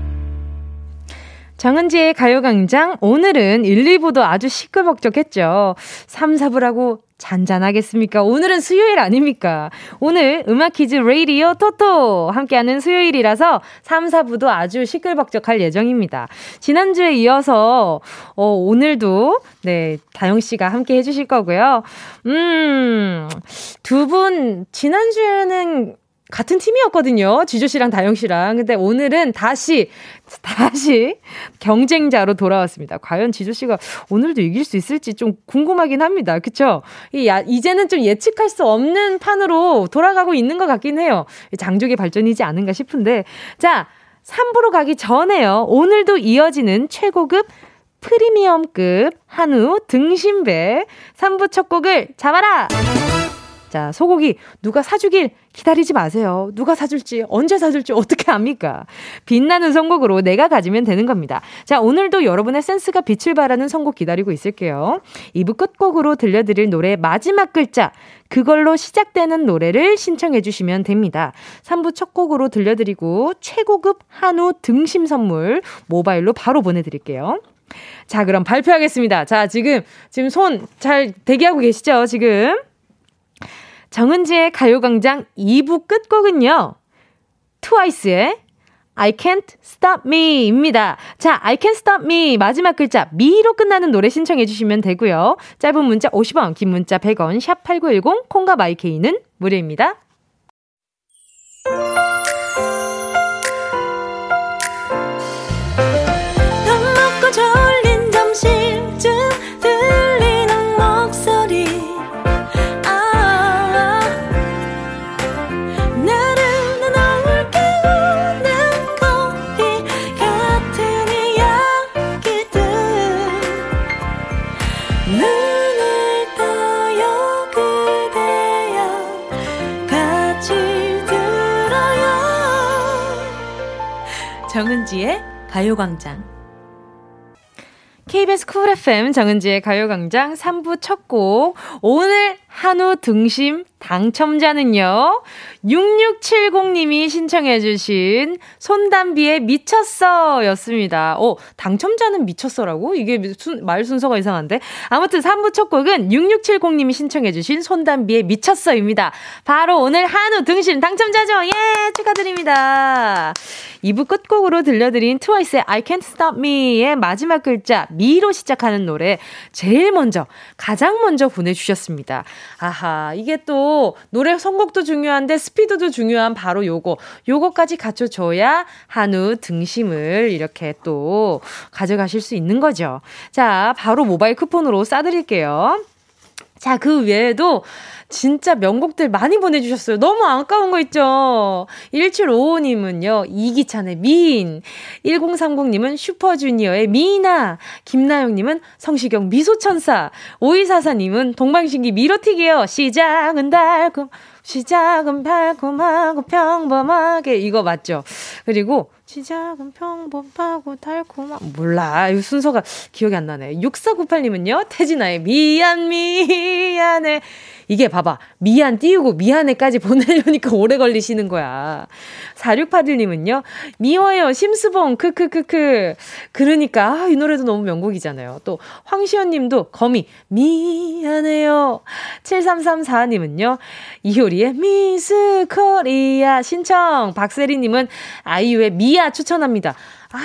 Speaker 1: 정은지의 가요광장 오늘은 1, 2부도 아주 시끌벅적했죠. 3, 4부라고 잔잔하겠습니까? 오늘은 수요일 아닙니까? 오늘 음악 퀴즈 레이디오 토토 함께하는 수요일이라서 3, 4부도 아주 시끌벅적할 예정입니다. 지난주에 이어서 어, 오늘도 네, 다영 씨가 함께 해 주실 거고요. 음. 두 분 지난주에는 같은 팀이었거든요. 지조 씨랑 다영 씨랑. 근데 오늘은 다시, 다시 경쟁자로 돌아왔습니다. 과연 지조 씨가 오늘도 이길 수 있을지 좀 궁금하긴 합니다. 그쵸? 이, 야, 이제는 좀 예측할 수 없는 판으로 돌아가고 있는 것 같긴 해요. 이 장족의 발전이지 않은가 싶은데. 자, 3부로 가기 전에요. 오늘도 이어지는 최고급 프리미엄급 한우 등심배 3부 첫 곡을 잡아라! 자, 소고기 누가 사주길 기다리지 마세요. 누가 사줄지, 언제 사줄지 어떻게 압니까? 빛나는 선곡으로 내가 가지면 되는 겁니다. 자, 오늘도 여러분의 센스가 빛을 발하는 선곡 기다리고 있을게요. 2부 끝곡으로 들려드릴 노래 마지막 글자, 그걸로 시작되는 노래를 신청해 주시면 됩니다. 3부 첫 곡으로 들려드리고 최고급 한우 등심 선물 모바일로 바로 보내드릴게요. 자, 그럼 발표하겠습니다. 자, 지금, 지금 손 잘 대기하고 계시죠? 지금. 정은지의 가요광장 2부 끝곡은요. 트와이스의 I can't stop me 입니다. 자, I can't stop me 마지막 글자 미로 끝나는 노래 신청해 주시면 되고요. 짧은 문자 50원, 긴 문자 100원, 샵 8910, 콩과 마이케이는 무료입니다.
Speaker 7: 밥 먹고 졸린 점심쯤 들리는 목소리 아 나른한 어울 깨우는 커피 같은 이야기들 눈을 떠요 그대여 같이 들어요 정은지의 가요광장
Speaker 1: KBS 쿨 FM 정은지의 가요광장 3부 첫 곡. 오늘 한우 등심 당첨자는요. 6670님이 신청해주신 손담비의 미쳤어 였습니다. 어, 당첨자는 미쳤어라고? 이게 순- 말 순서가 이상한데? 아무튼 3부 첫 곡은 6670님이 신청해주신 손담비의 미쳤어입니다. 바로 오늘 한우 등심 당첨자죠. 예! 축하드립니다. 2부 끝곡으로 들려드린 트와이스의 I Can't Stop Me의 마지막 글자 미로 시작하는 노래 제일 먼저 가장 먼저 보내주셨습니다. 아하 이게 또 노래 선곡도 중요한데 스피드도 중요한 바로 요거 요거까지 갖춰줘야 한우 등심을 이렇게 또 가져가실 수 있는 거죠. 자 바로 모바일 쿠폰으로 싸드릴게요. 자, 그 외에도 진짜 명곡들 많이 보내주셨어요. 너무 아까운 거 있죠? 1755님은요, 이기찬의 미인. 1030님은 슈퍼주니어의 미이나. 김나영님은 성시경 미소천사. 5244님은 동방신기 미로튀기요. 시작은 달콤, 시작은 달콤하고 평범하게. 이거 맞죠? 그리고 시작은 평범하고 달콤한 몰라 이 순서가 기억이 안 나네 6498님은요 태진아의 미안 미안해 이게 봐봐 미안 띄우고 미안해까지 보내려니까 오래 걸리시는 거야 4681님은요 미워요 심수봉 크크크크 그러니까 아, 이 노래도 너무 명곡이잖아요 또 황시연님도 거미 미안해요 7334님은요 이효리의 미스 코리아 신청 박세리님은 아이유의 미아 추천합니다. 아,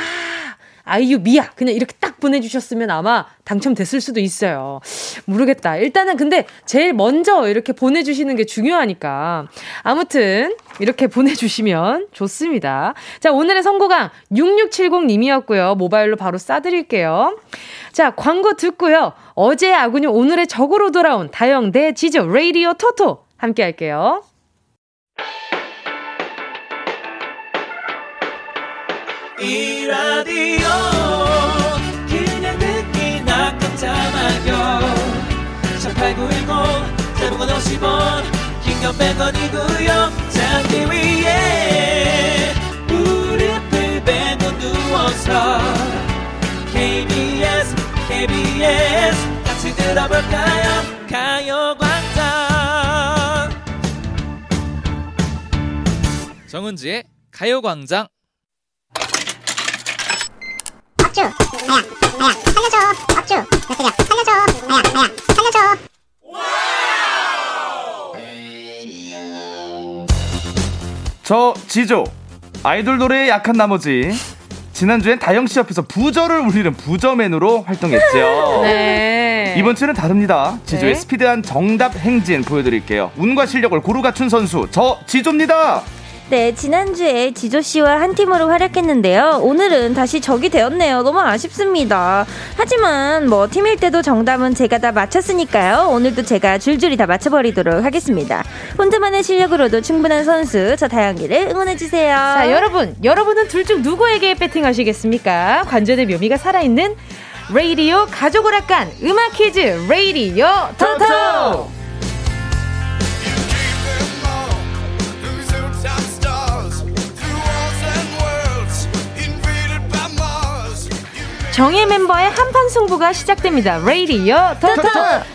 Speaker 1: 아이유 미야 그냥 이렇게 딱 보내주셨으면 아마 당첨됐을 수도 있어요. 모르겠다. 일단은 근데 제일 먼저 이렇게 보내주시는 게 중요하니까 아무튼 이렇게 보내주시면 좋습니다. 자 오늘의 선고강 6670님이었고요. 모바일로 바로 싸드릴게요. 자 광고 듣고요. 어제의 아군이 오늘의 적으로 돌아온 다영 대 지저 레이디오 토토 함께 할게요.
Speaker 6: 이 라디오 그냥 듣기나 깜짝마요 18910 대목원 50원 긴건 100원이구요 잠기 위에 무릎을 베고 누워서 KBS KBS 같이 들어볼까요 가요광장
Speaker 8: 정은지의 가요광장
Speaker 9: 저 지조 아이돌 노래에 약한 나머지 지난주엔 다영 씨 앞에서 부절을 울리는 부저맨으로 활동했죠.
Speaker 1: 네.
Speaker 9: 이번 주는 다릅니다. 지조의
Speaker 1: 네.
Speaker 9: 스피드한 정답 행진 보여드릴게요. 운과 실력을 고루 갖춘 선수 저 지조입니다.
Speaker 10: 네, 지난주에 지조씨와 한 팀으로 활약했는데요. 오늘은 다시 적이 되었네요. 너무 아쉽습니다. 하지만 뭐 팀일 때도 정답은 제가 다 맞췄으니까요. 오늘도 제가 줄줄이 다 맞춰버리도록 하겠습니다. 혼자만의 실력으로도 충분한 선수, 저 다영이를 응원해주세요.
Speaker 1: 자, 여러분, 여러분은 둘 중 누구에게 배팅하시겠습니까? 관전의 묘미가 살아있는 레이디오 가족 오락관 음악 퀴즈 레이디오 토토! 정예 멤버의 한판 승부가 시작됩니다. 레이디오 토토!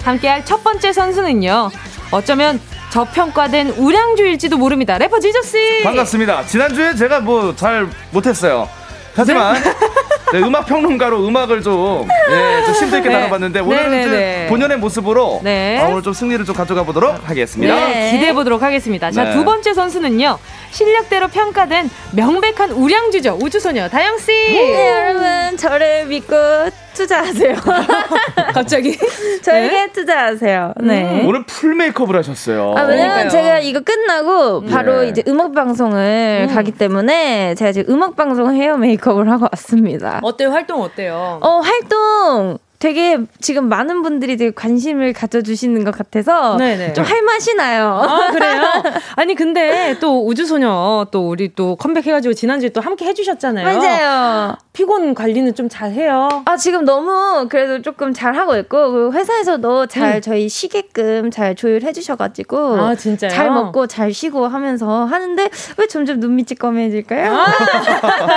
Speaker 1: 함께할 첫 번째 선수는요. 어쩌면 저평가된 우량주일지도 모릅니다. 래퍼 지저씨!
Speaker 9: 반갑습니다. 지난주에 제가 뭐 잘 못했어요. 하지만 네, 음악 평론가로 음악을 좀, 예, 좀 심도 있게
Speaker 1: 네.
Speaker 9: 다뤄봤는데
Speaker 1: 네,
Speaker 9: 오늘은 좀
Speaker 1: 네, 네.
Speaker 9: 본연의 모습으로
Speaker 1: 네.
Speaker 9: 아, 오늘 좀 승리를 좀 가져가 보도록 하겠습니다.
Speaker 10: 네.
Speaker 1: 기대해 보도록 하겠습니다. 자,
Speaker 9: 네.
Speaker 1: 두 번째 선수는요. 실력대로 평가된 명백한 우량주죠. 우주소녀 다영씨!
Speaker 10: 네, 여러분, 저를 믿고 투자하세요.
Speaker 1: 네? 갑자기? 네.
Speaker 10: 저에게 투자하세요. 네.
Speaker 9: 오늘 풀 메이크업을 하셨어요.
Speaker 10: 아, 왜냐면
Speaker 1: 음. 그러니까요.
Speaker 10: 제가 이거 끝나고 바로
Speaker 9: 예.
Speaker 10: 이제 음악 방송을 가기 때문에 제가 지금 음악 방송 헤어 메이크업을 하고 왔습니다. 어,
Speaker 1: 어때요? 활동 어때요?
Speaker 10: 활동 되게 지금 많은 분들이 되게 관심을 가져주시는 것 같아서
Speaker 1: 네네.
Speaker 10: 좀 할 맛이 나요.
Speaker 1: 아, 그래요? 아니, 근데 또 우주소녀 또 우리 또 컴백해가지고 지난주에 또 함께 해주셨잖아요.
Speaker 10: 맞아요.
Speaker 1: 피곤 관리는 좀 잘해요.
Speaker 10: 아, 지금 너무 그래도 조금 잘 하고 있고, 그리고 회사에서도 잘 저희 쉬게끔 잘 조율해 주셔가지고.
Speaker 1: 네. 아, 진짜요?
Speaker 10: 잘 먹고 잘 쉬고 하면서 하는데, 왜 점점 눈밑이 껌해질까요?
Speaker 1: 아,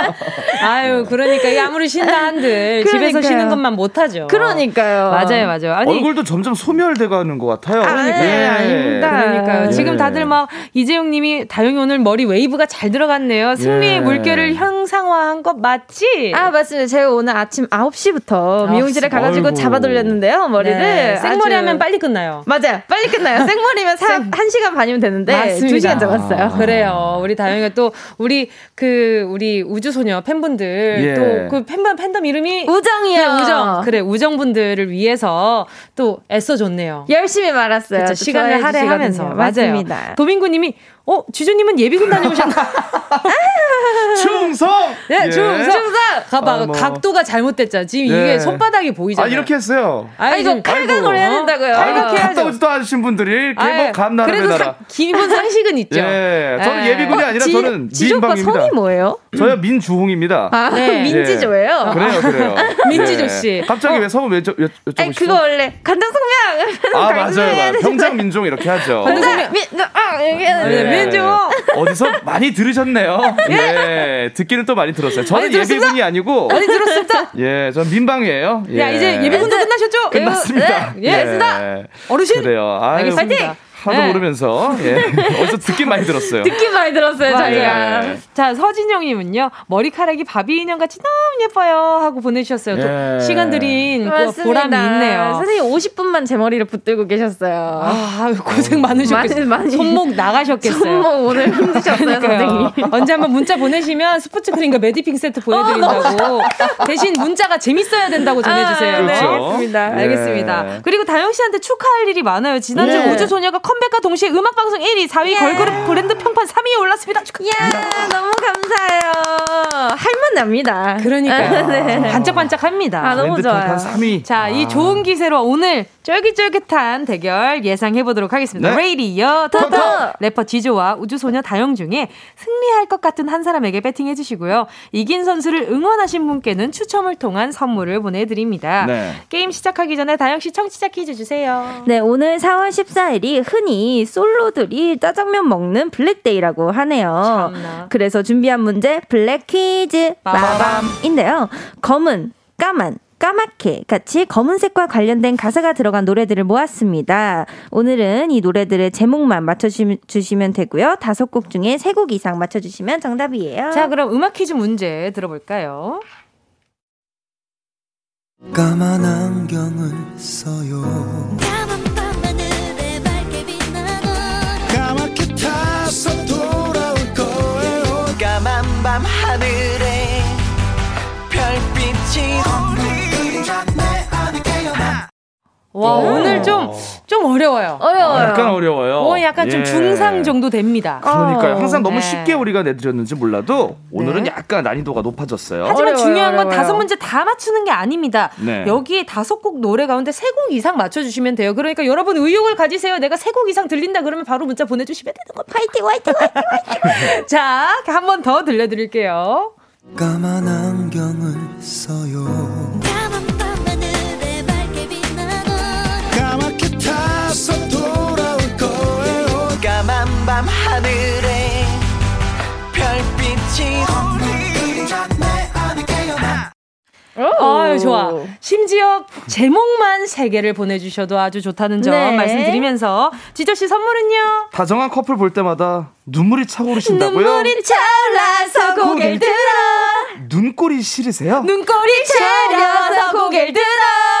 Speaker 1: 아유, 그러니까 이 아무리 쉰다 한들 집에서
Speaker 10: 그러니까요.
Speaker 1: 쉬는 것만 못하죠.
Speaker 10: 그러니까요.
Speaker 1: 맞아요, 맞아요. 아니,
Speaker 9: 얼굴도 점점 소멸돼가는 것 같아요. 예.
Speaker 10: 그러니까요. 네, 아닙니다.
Speaker 1: 그러니까요.
Speaker 10: 예.
Speaker 1: 지금 다들 막 이재용 님이 다영이 오늘 머리 웨이브가 잘 들어갔네요. 승리의
Speaker 9: 예.
Speaker 1: 물결을 향상화한 것 맞지?
Speaker 10: 아, 맞습니다. 제가 오늘 아침 9시부터 미용실에 가가지고
Speaker 9: 아이고.
Speaker 10: 잡아 돌렸는데요, 머리를.
Speaker 1: 네, 생머리
Speaker 10: 아주-
Speaker 1: 하면 빨리 끝나요.
Speaker 10: 맞아요. 빨리 끝나요. 생머리면 사,
Speaker 1: 생-
Speaker 10: 1시간 반이면 되는데,
Speaker 1: 맞습니다.
Speaker 10: 두시간 잡았어요.
Speaker 1: 네, 그래요. 우리 다영이가 또 우리 그 우리 우주소녀 팬분들
Speaker 9: 예.
Speaker 1: 또 그 팬분 팬덤 이름이
Speaker 10: 우정이요.
Speaker 1: 그래, 네, 우정. 그래 우정 분들을 위해서 또 애써줬네요.
Speaker 10: 열심히 말았어요.
Speaker 1: 그렇죠.
Speaker 10: 또
Speaker 1: 시간을
Speaker 10: 예. 좋아해
Speaker 1: 할애하면서
Speaker 10: 주시거든요.
Speaker 1: 맞아요.
Speaker 10: 맞습니다.
Speaker 1: 도민구님이 어 지주님은 예비군 다녀오셨나?
Speaker 9: 충성! 예.
Speaker 1: 네, 중성. 가봐.
Speaker 9: 아, 뭐.
Speaker 1: 각도가 잘못됐죠. 지금
Speaker 9: 예.
Speaker 1: 이게 손바닥이 보이잖아요.
Speaker 9: 아, 이렇게 했어요.
Speaker 1: 아,
Speaker 10: 이거
Speaker 1: 이거
Speaker 10: 칼각을 해야 된다고요.
Speaker 9: 아이고,
Speaker 1: 이렇게
Speaker 9: 갔다
Speaker 1: 해야죠.
Speaker 9: 오지도 않으신 분들이
Speaker 1: 아유, 예.
Speaker 9: 개봉 감나라
Speaker 1: 그래도
Speaker 9: 배나라.
Speaker 1: 사, 기본 상식은 있죠.
Speaker 9: 예, 저는
Speaker 1: 예.
Speaker 9: 예비군이 아니라
Speaker 10: 지-
Speaker 9: 저는
Speaker 10: 지조과
Speaker 9: 민방입니다.
Speaker 10: 성이 뭐예요?
Speaker 9: 저요 민주홍입니다.
Speaker 10: 아,
Speaker 1: 네.
Speaker 10: 민지조예요?
Speaker 9: 그래요, 그래요.
Speaker 1: 민지조
Speaker 9: 예.
Speaker 1: 씨.
Speaker 9: 갑자기 왜 성을 왜 여- 여-
Speaker 10: 아니,
Speaker 9: 여쭤보시죠?
Speaker 10: 그거 원래 간장성명!
Speaker 9: 아,
Speaker 10: 강조해야
Speaker 9: 맞아요.
Speaker 10: 되는
Speaker 9: 평장 민종 이렇게 하죠.
Speaker 10: 거야. 민, 아, 이렇게 하는데.
Speaker 1: 네,
Speaker 9: 예.
Speaker 1: 민종.
Speaker 9: 어디서 많이 들으셨네요. 예. 듣기는 또 많이 들었어요. 저는 예비군이 아니고
Speaker 1: 많이 들었습니다.
Speaker 9: 예, 전 민방위예요. 예. 네.
Speaker 1: 야 이제 예비군도 끝나셨죠?
Speaker 9: 끝났습니다.
Speaker 1: 예, 예.
Speaker 9: 예.
Speaker 1: 어르신.
Speaker 9: 그래요. 아유,
Speaker 1: 알겠습니다.
Speaker 9: 하, 저도
Speaker 1: 네.
Speaker 9: 모르면서 예. 어디서 듣긴 많이 들었어요.
Speaker 10: 듣기 많이 들었어요, 저희가.
Speaker 9: 예.
Speaker 1: 자, 서진영님은요, 머리카락이 바비 인형같이 너무 예뻐요. 하고 보내주셨어요. 또
Speaker 9: 예.
Speaker 1: 시간 들인 그
Speaker 10: 맞습니다.
Speaker 1: 보람이 있네요.
Speaker 10: 선생님 50분만 제 머리를 붙들고 계셨어요.
Speaker 1: 아, 고생 많으셨겠어요.
Speaker 10: 많이- 많이-
Speaker 1: 손목 나가셨겠어요.
Speaker 10: 손목 오늘 힘드셨어요,
Speaker 1: 그러니까요.
Speaker 10: 선생님.
Speaker 1: 언제 한번 문자 보내시면 스포츠 크림과 매디핑 세트 보내드린다고. 대신 문자가 재밌어야 된다고 전해주세요.
Speaker 10: 어, 아, 네.
Speaker 9: 그렇죠.
Speaker 10: 알겠습니다.
Speaker 9: 예.
Speaker 1: 알겠습니다. 그리고 다영 씨한테 축하할 일이 많아요. 지난주
Speaker 10: 네. 예.
Speaker 1: 우주 소녀가 컴백과 동시에 음악 방송 1위, 4위 걸그룹 브랜드 평판 3위에 올랐습니다. 축하.
Speaker 10: 이야, 아, 너무 아, 감사해요. 할만합니다.
Speaker 1: 그러니까요.
Speaker 10: 아, 네.
Speaker 1: 반짝반짝합니다.
Speaker 10: 아, 너무
Speaker 9: 브랜드 평판
Speaker 10: 좋아요.
Speaker 9: 3위.
Speaker 1: 자, 이 좋은 기세로 오늘 쫄깃쫄깃한 대결 예상해 보도록 하겠습니다.
Speaker 9: 네.
Speaker 1: 레이디어 토토
Speaker 10: 토토!
Speaker 1: 래퍼 지조와 우주소녀 다영 중에 승리할 것 같은 한 사람에게 배팅해 주시고요. 이긴 선수를 응원하신 분께는 추첨을 통한 선물을 보내드립니다.
Speaker 9: 네.
Speaker 1: 게임 시작하기 전에 다영 씨 청취자 퀴즈 주세요.
Speaker 10: 네, 오늘 4월 14일이 흔히 솔로들이 짜장면 먹는 블랙데이라고 하네요.
Speaker 1: 참나.
Speaker 10: 그래서 준비한 문제 블랙 퀴즈
Speaker 1: 빠밤.
Speaker 10: 마밤인데요. 검은, 까만, 까맣게 같이 검은색과 관련된 가사가 들어간 노래들을 모았습니다. 오늘은 이 노래들의 제목만 맞춰주시면 되고요. 다섯 곡 중에 세 곡 이상 맞춰주시면 정답이에요.
Speaker 1: 자, 그럼 음악 퀴즈 문제 들어볼까요?
Speaker 2: 까만 안경을 써요 까맣게 타서 돌아올 거예요 까만 밤 하늘에 별빛이 우리가 내 안에 깨어나
Speaker 1: 와, 오늘 좀, 좀 어려워요.
Speaker 10: 어려워요.
Speaker 9: 약간 어려워요.
Speaker 1: 어, 약간 좀
Speaker 9: 예.
Speaker 1: 중상 정도 됩니다.
Speaker 9: 그러니까요. 항상 너무
Speaker 1: 네.
Speaker 9: 쉽게 우리가 내드렸는지 몰라도 오늘은 약간 난이도가 높아졌어요.
Speaker 1: 하지만
Speaker 10: 어려워요,
Speaker 1: 중요한 건
Speaker 10: 어려워요.
Speaker 1: 다섯 문제 다 맞추는 게 아닙니다.
Speaker 9: 네.
Speaker 1: 여기에 다섯 곡 노래 가운데 세 곡 이상 맞춰주시면 돼요. 그러니까 여러분 의욕을 가지세요. 내가 세 곡 이상 들린다 그러면 바로 문자 보내주시면 되는 겁니다.
Speaker 10: 화이팅, 화이팅, 화이팅!
Speaker 1: 자, 한 번 더 들려드릴게요.
Speaker 2: 까만 안경을 써요 까맣게 타서 돌아올 거예요 까만 밤 하늘에 별빛이 우리가 내 안에 깨어나
Speaker 1: 아유, 좋아. 심지어 제목만 세 개를 보내주셔도 아주 좋다는 점
Speaker 10: 네.
Speaker 1: 말씀드리면서 지저씨 선물은요?
Speaker 9: 다정한 커플 볼 때마다 눈물이 차오르신다고요?
Speaker 1: 눈물이 차올라서 고개를 들어
Speaker 9: 눈꼴이 시리세요?
Speaker 1: 눈꼬리 차려서 고개를 들어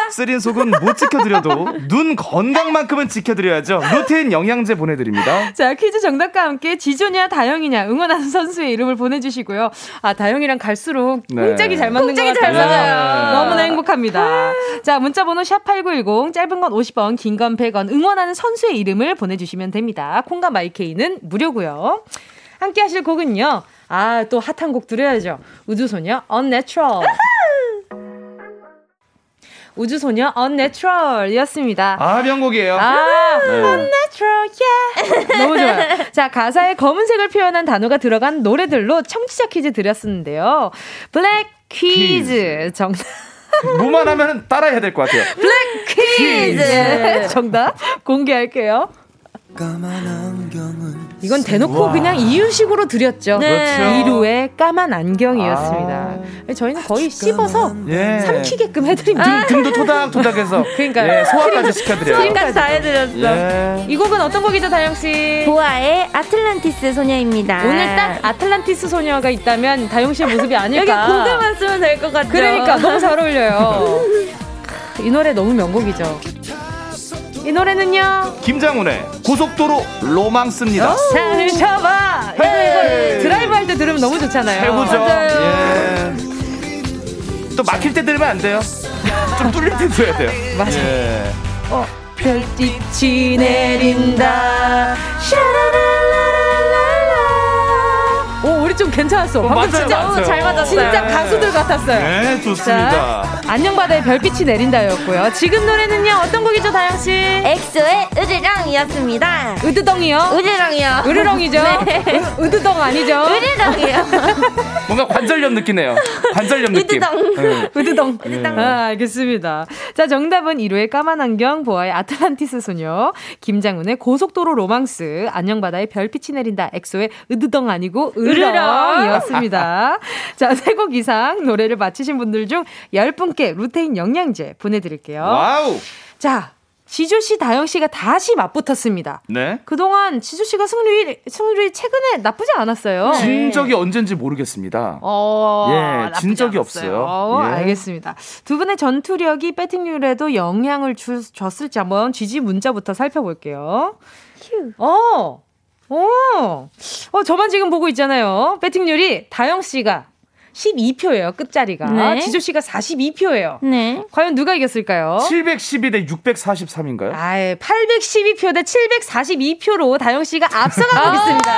Speaker 9: 쓰린 속은 못 지켜드려도 눈 건강만큼은 지켜드려야죠. 루테인 영양제 보내드립니다.
Speaker 1: 자, 퀴즈 정답과 함께 지조냐, 다영이냐 응원하는 선수의 이름을 보내주시고요. 아, 다영이랑 갈수록
Speaker 9: 네.
Speaker 1: 꽁짝이 잘 맞는 것
Speaker 10: 꽁짝이 잘
Speaker 1: 같아요.
Speaker 9: 맞아요. 네.
Speaker 1: 너무나 행복합니다. 자, 문자번호 샵8910, 짧은 건 50원, 긴 건 100원, 응원하는 선수의 이름을 보내주시면 됩니다. 콩과 마이케이는 무료고요. 함께 하실 곡은요. 아, 또 핫한 곡 들어야죠. 우주소녀, Unnatural. 우주소녀, Unnatural 이었습니다.
Speaker 9: 아 명곡이에요.
Speaker 1: 아,
Speaker 9: 네.
Speaker 1: Unnatural, yeah. 너무 좋아요. 자, 가사에 검은색을 표현한 단어가 들어간 노래들로 청취자 퀴즈 드렸었는데요. 블랙 퀴즈. 정답.
Speaker 9: 뭐만 하면 따라해야 될 것 같아요.
Speaker 1: 퀴즈. 네. 정답 공개할게요.
Speaker 2: 까만 안경을
Speaker 1: 이건 대놓고
Speaker 9: 우와.
Speaker 1: 그냥 이유식으로 드렸죠.
Speaker 10: 네.
Speaker 9: 그렇죠.
Speaker 1: 이루의 까만 안경이었습니다. 저희는 거의 씹어서
Speaker 9: 예.
Speaker 1: 삼키게끔 해드립니다.
Speaker 9: 등, 등도 토닥토닥해서
Speaker 1: 아. 그러니까요.
Speaker 9: 아.
Speaker 1: 그러니까
Speaker 9: 예, 소화까지 시켜드려요.
Speaker 10: 지금까지 다 해드렸어.
Speaker 9: 예.
Speaker 1: 이 곡은 어떤 곡이죠, 다영씨?
Speaker 10: 보아의 아틀란티스 소녀입니다.
Speaker 1: 오늘 딱 아틀란티스 소녀가 있다면 다영씨의 모습이
Speaker 10: 여기
Speaker 1: 아닐까.
Speaker 10: 고개만 쓰면 될 것 같죠.
Speaker 1: 그러니까 너무 잘 어울려요. 이 노래 너무 명곡이죠. 이 노래는요.
Speaker 9: 김장훈의 고속도로 로망스입니다.
Speaker 1: 자, 훑어봐. 이거 이거 드라이브 할 때 들으면 너무 좋잖아요.
Speaker 9: 최고죠.
Speaker 10: 맞아요.
Speaker 9: 예. 또 막힐 때 들으면 안 돼요. 좀 뚫릴 때 들어야 돼요.
Speaker 1: 맞아요.
Speaker 9: 예.
Speaker 1: 별빛이 내린다. 샤라라라라라. 오, 우리 좀 괜찮았어. 방금
Speaker 9: 맞아요,
Speaker 1: 진짜
Speaker 9: 맞아요.
Speaker 1: 잘 맞았어요. 진짜
Speaker 9: 네.
Speaker 1: 가수들 같았어요.
Speaker 9: 네, 좋습니다.
Speaker 1: 안녕 바다의 별빛이 내린다였고요. 지금 노래는요. 어떤 곡이죠, 다영 씨?
Speaker 10: 엑소의 으르렁이었습니다.
Speaker 1: 으드덩이요.
Speaker 10: 으르렁이요. 네.
Speaker 1: 으르렁이죠. 으- 으드덩 아니죠?
Speaker 10: 으르렁이요.
Speaker 9: 뭔가 관절염 느끼네요. 관절염 느낌.
Speaker 10: 으드덩.
Speaker 9: 예.
Speaker 1: 으드덩. 아, 알겠습니다. 자, 정답은 1호의 까만 안경, 보아의 아틀란티스 소녀, 김장훈의 고속도로 로망스, 안녕바다의 별빛이 내린다, 엑소의 으드덩 아니고 으르렁이었습니다. 자, 세 곡 이상 노래를 마치신 분들 중 10분께 루테인 영양제 보내드릴게요.
Speaker 9: 와우.
Speaker 1: 자, 지조 씨, 다영 씨가 다시 맞붙었습니다.
Speaker 9: 네.
Speaker 1: 그동안 지조 씨가 승률이 승률이 최근에 나쁘지 않았어요.
Speaker 9: 진 적이 언젠지 모르겠습니다.
Speaker 1: 네. 어,
Speaker 9: 예,
Speaker 1: 나쁘지
Speaker 9: 진 적이
Speaker 1: 않았어요.
Speaker 9: 없어요.
Speaker 1: 어,
Speaker 9: 예.
Speaker 1: 알겠습니다. 두 분의 전투력이 배팅률에도 영향을 주, 줬을지 한번 지지 문자부터 살펴볼게요. 어, 어, 어, 저만 지금 보고 있잖아요. 배팅률이 다영 씨가 12표예요. 끝자리가
Speaker 10: 네.
Speaker 1: 지조 씨가 42표예요.
Speaker 10: 네.
Speaker 1: 과연 누가 이겼을까요?
Speaker 9: 712 대 643인가요?
Speaker 1: 아예 812표 대 742표로 다영 씨가 앞서가고 있습니다.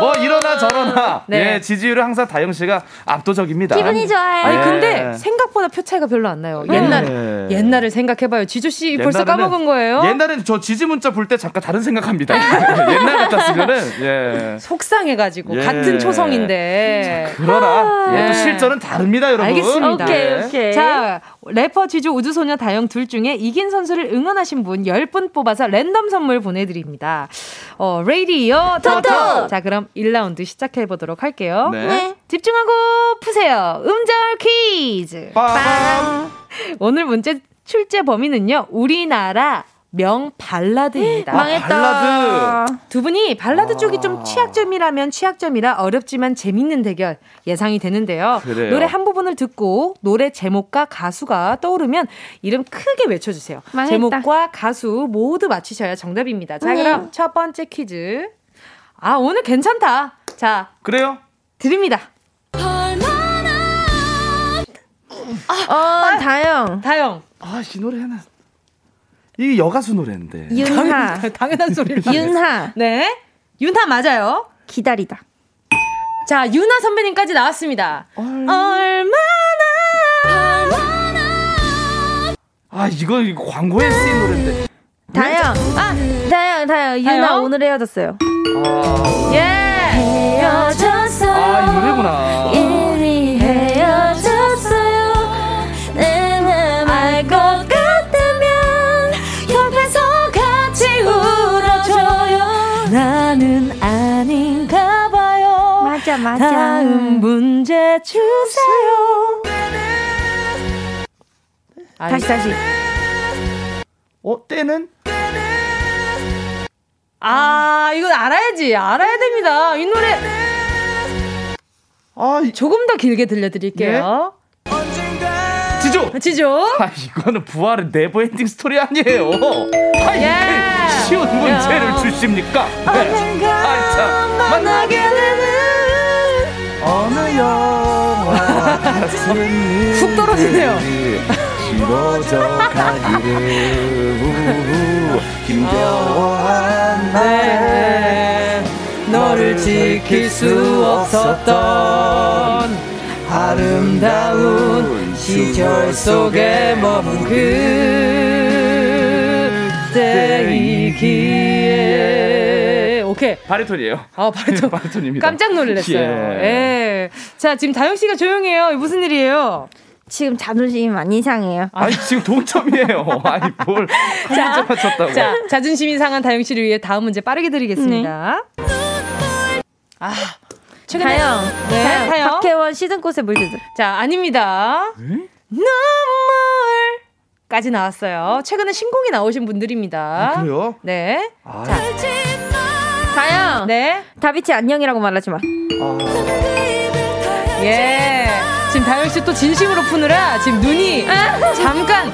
Speaker 9: 뭐 이러나 저러나
Speaker 1: 네.
Speaker 9: 예 지지율은 항상 다영 씨가 압도적입니다.
Speaker 10: 기분이 좋아요.
Speaker 1: 아니
Speaker 9: 예.
Speaker 1: 근데 생각보다 표 차이가 별로 안 나요. 옛날
Speaker 9: 예.
Speaker 1: 옛날을 생각해봐요. 지조 씨 벌써
Speaker 9: 옛날에는-
Speaker 1: 까먹은 거예요.
Speaker 9: 옛날엔 저 지지 문자 볼 때 잠깐 다른 생각합니다. 옛날 같았으면은 예.
Speaker 1: 속상해가지고
Speaker 9: 예.
Speaker 1: 같은 초성인데.
Speaker 9: 그러나 예,
Speaker 1: 예.
Speaker 9: 또 실전은 다릅니다, 여러분.
Speaker 1: 알겠습니다.
Speaker 10: 오케이,
Speaker 9: 예.
Speaker 10: 오케이.
Speaker 1: 네. 자, 래퍼 지조 우주소녀 다영 둘 중에 이긴 선수를 응원하신 분 10분 뽑아서 랜덤 선물 보내드립니다. 어, 레이디어 토토!
Speaker 10: 토토!
Speaker 1: 자, 그럼 1라운드 시작해보도록 할게요.
Speaker 9: 네.
Speaker 10: 네.
Speaker 1: 집중하고 푸세요. 음절 퀴즈!
Speaker 9: 빵.
Speaker 1: 오늘 문제 출제 범위는요, 우리나라 명 발라드입니다.
Speaker 10: 망했다. 아.
Speaker 9: 발라드.
Speaker 1: 두 분이 발라드 쪽이 좀 취약점이라면 취약점이라 어렵지만 재밌는 대결 예상이 되는데요.
Speaker 9: 그래요.
Speaker 1: 노래 한 부분을 듣고 노래 제목과 가수가 떠오르면 이름 크게 외쳐주세요.
Speaker 10: 망했다.
Speaker 1: 제목과 가수 모두 맞히셔야 정답입니다. 자,
Speaker 10: 네.
Speaker 1: 그럼 첫 번째 퀴즈. 아, 오늘 괜찮다. 자,
Speaker 9: 그래요?
Speaker 1: 드립니다.
Speaker 10: 어, 다영.
Speaker 1: 다영.
Speaker 9: 아, 이 노래는 이게 여가수 노래인데.
Speaker 10: 윤하.
Speaker 1: 당연한 소리를. 하네.
Speaker 10: 윤하.
Speaker 1: 네. 윤타 맞아요.
Speaker 10: 기다리다.
Speaker 1: 자, 윤하 선배님까지 나왔습니다. 얼마나.
Speaker 9: 아, 이거 이거 광고에 쓰인 노래인데.
Speaker 10: 다영. 아, 다영, 다영. 윤하
Speaker 1: 다영?
Speaker 10: 오늘 헤어졌어요.
Speaker 1: 예.
Speaker 10: 헤어졌어요.
Speaker 9: 아, 이 노래구나. 뭐-
Speaker 10: 이미 헤어졌어요. 내맘알것 같다면 옆에서 같이 울어줘요.
Speaker 1: 나는 아닌가 봐요.
Speaker 10: 맞아, 맞아.
Speaker 1: 다음 문제 주세요.
Speaker 10: 다시, 다시.
Speaker 9: 어, 때는
Speaker 1: 아, 이건 알아야지. 알아야 됩니다. 이 노래
Speaker 9: 아, 이-
Speaker 1: 조금 더 길게 들려드릴게요.
Speaker 9: 지조.
Speaker 1: 지조.
Speaker 9: 아, 이거는 부활의 네버 엔딩 스토리 아니에요. 아, 이게
Speaker 1: 예.
Speaker 9: 쉬운 문제를
Speaker 1: 야.
Speaker 9: 주십니까? 네. 아, 참. 만나게 되는 어느 영화 같은
Speaker 1: 훅 떨어지네요.
Speaker 9: 길어져 가기를 우우 힘겨워한
Speaker 1: 아, 네, 나의
Speaker 9: 너를 지킬 수 없었던
Speaker 1: 음.
Speaker 9: 아름다운 시절 속에 머문
Speaker 1: 그때이기에 오케이.
Speaker 9: 바리톤이에요.
Speaker 1: 아, 바리톤.
Speaker 9: 바리톤입니다.
Speaker 1: 깜짝 놀랐어요. 예.
Speaker 9: 예.
Speaker 1: 자, 지금 다영 씨가 조용해요. 무슨 일이에요?
Speaker 10: 지금 자존심이 많이 이상해요.
Speaker 9: 아니 지금 동점이에요. 아니 뭘 한점 맞췄다고.
Speaker 1: 자, 자존심이 상한 다영 씨를 위해 다음 문제 빠르게 드리겠습니다. 아, 최근에
Speaker 10: 다영.
Speaker 1: 네,
Speaker 10: 다영.
Speaker 1: 다영.
Speaker 10: 박혜원 시즌꽃의 물들들.
Speaker 1: 자, 아닙니다.
Speaker 9: 네?
Speaker 1: 눈물까지 나왔어요. 최근에 신곡이 나오신 분들입니다.
Speaker 9: 아, 그래요?
Speaker 1: 네.
Speaker 9: 아,
Speaker 10: 다영.
Speaker 1: 네.
Speaker 10: 다비치 안녕이라고 말하지 마.
Speaker 1: 예. 지금 다영 씨 또 진심으로 푸느라 지금 눈이 잠깐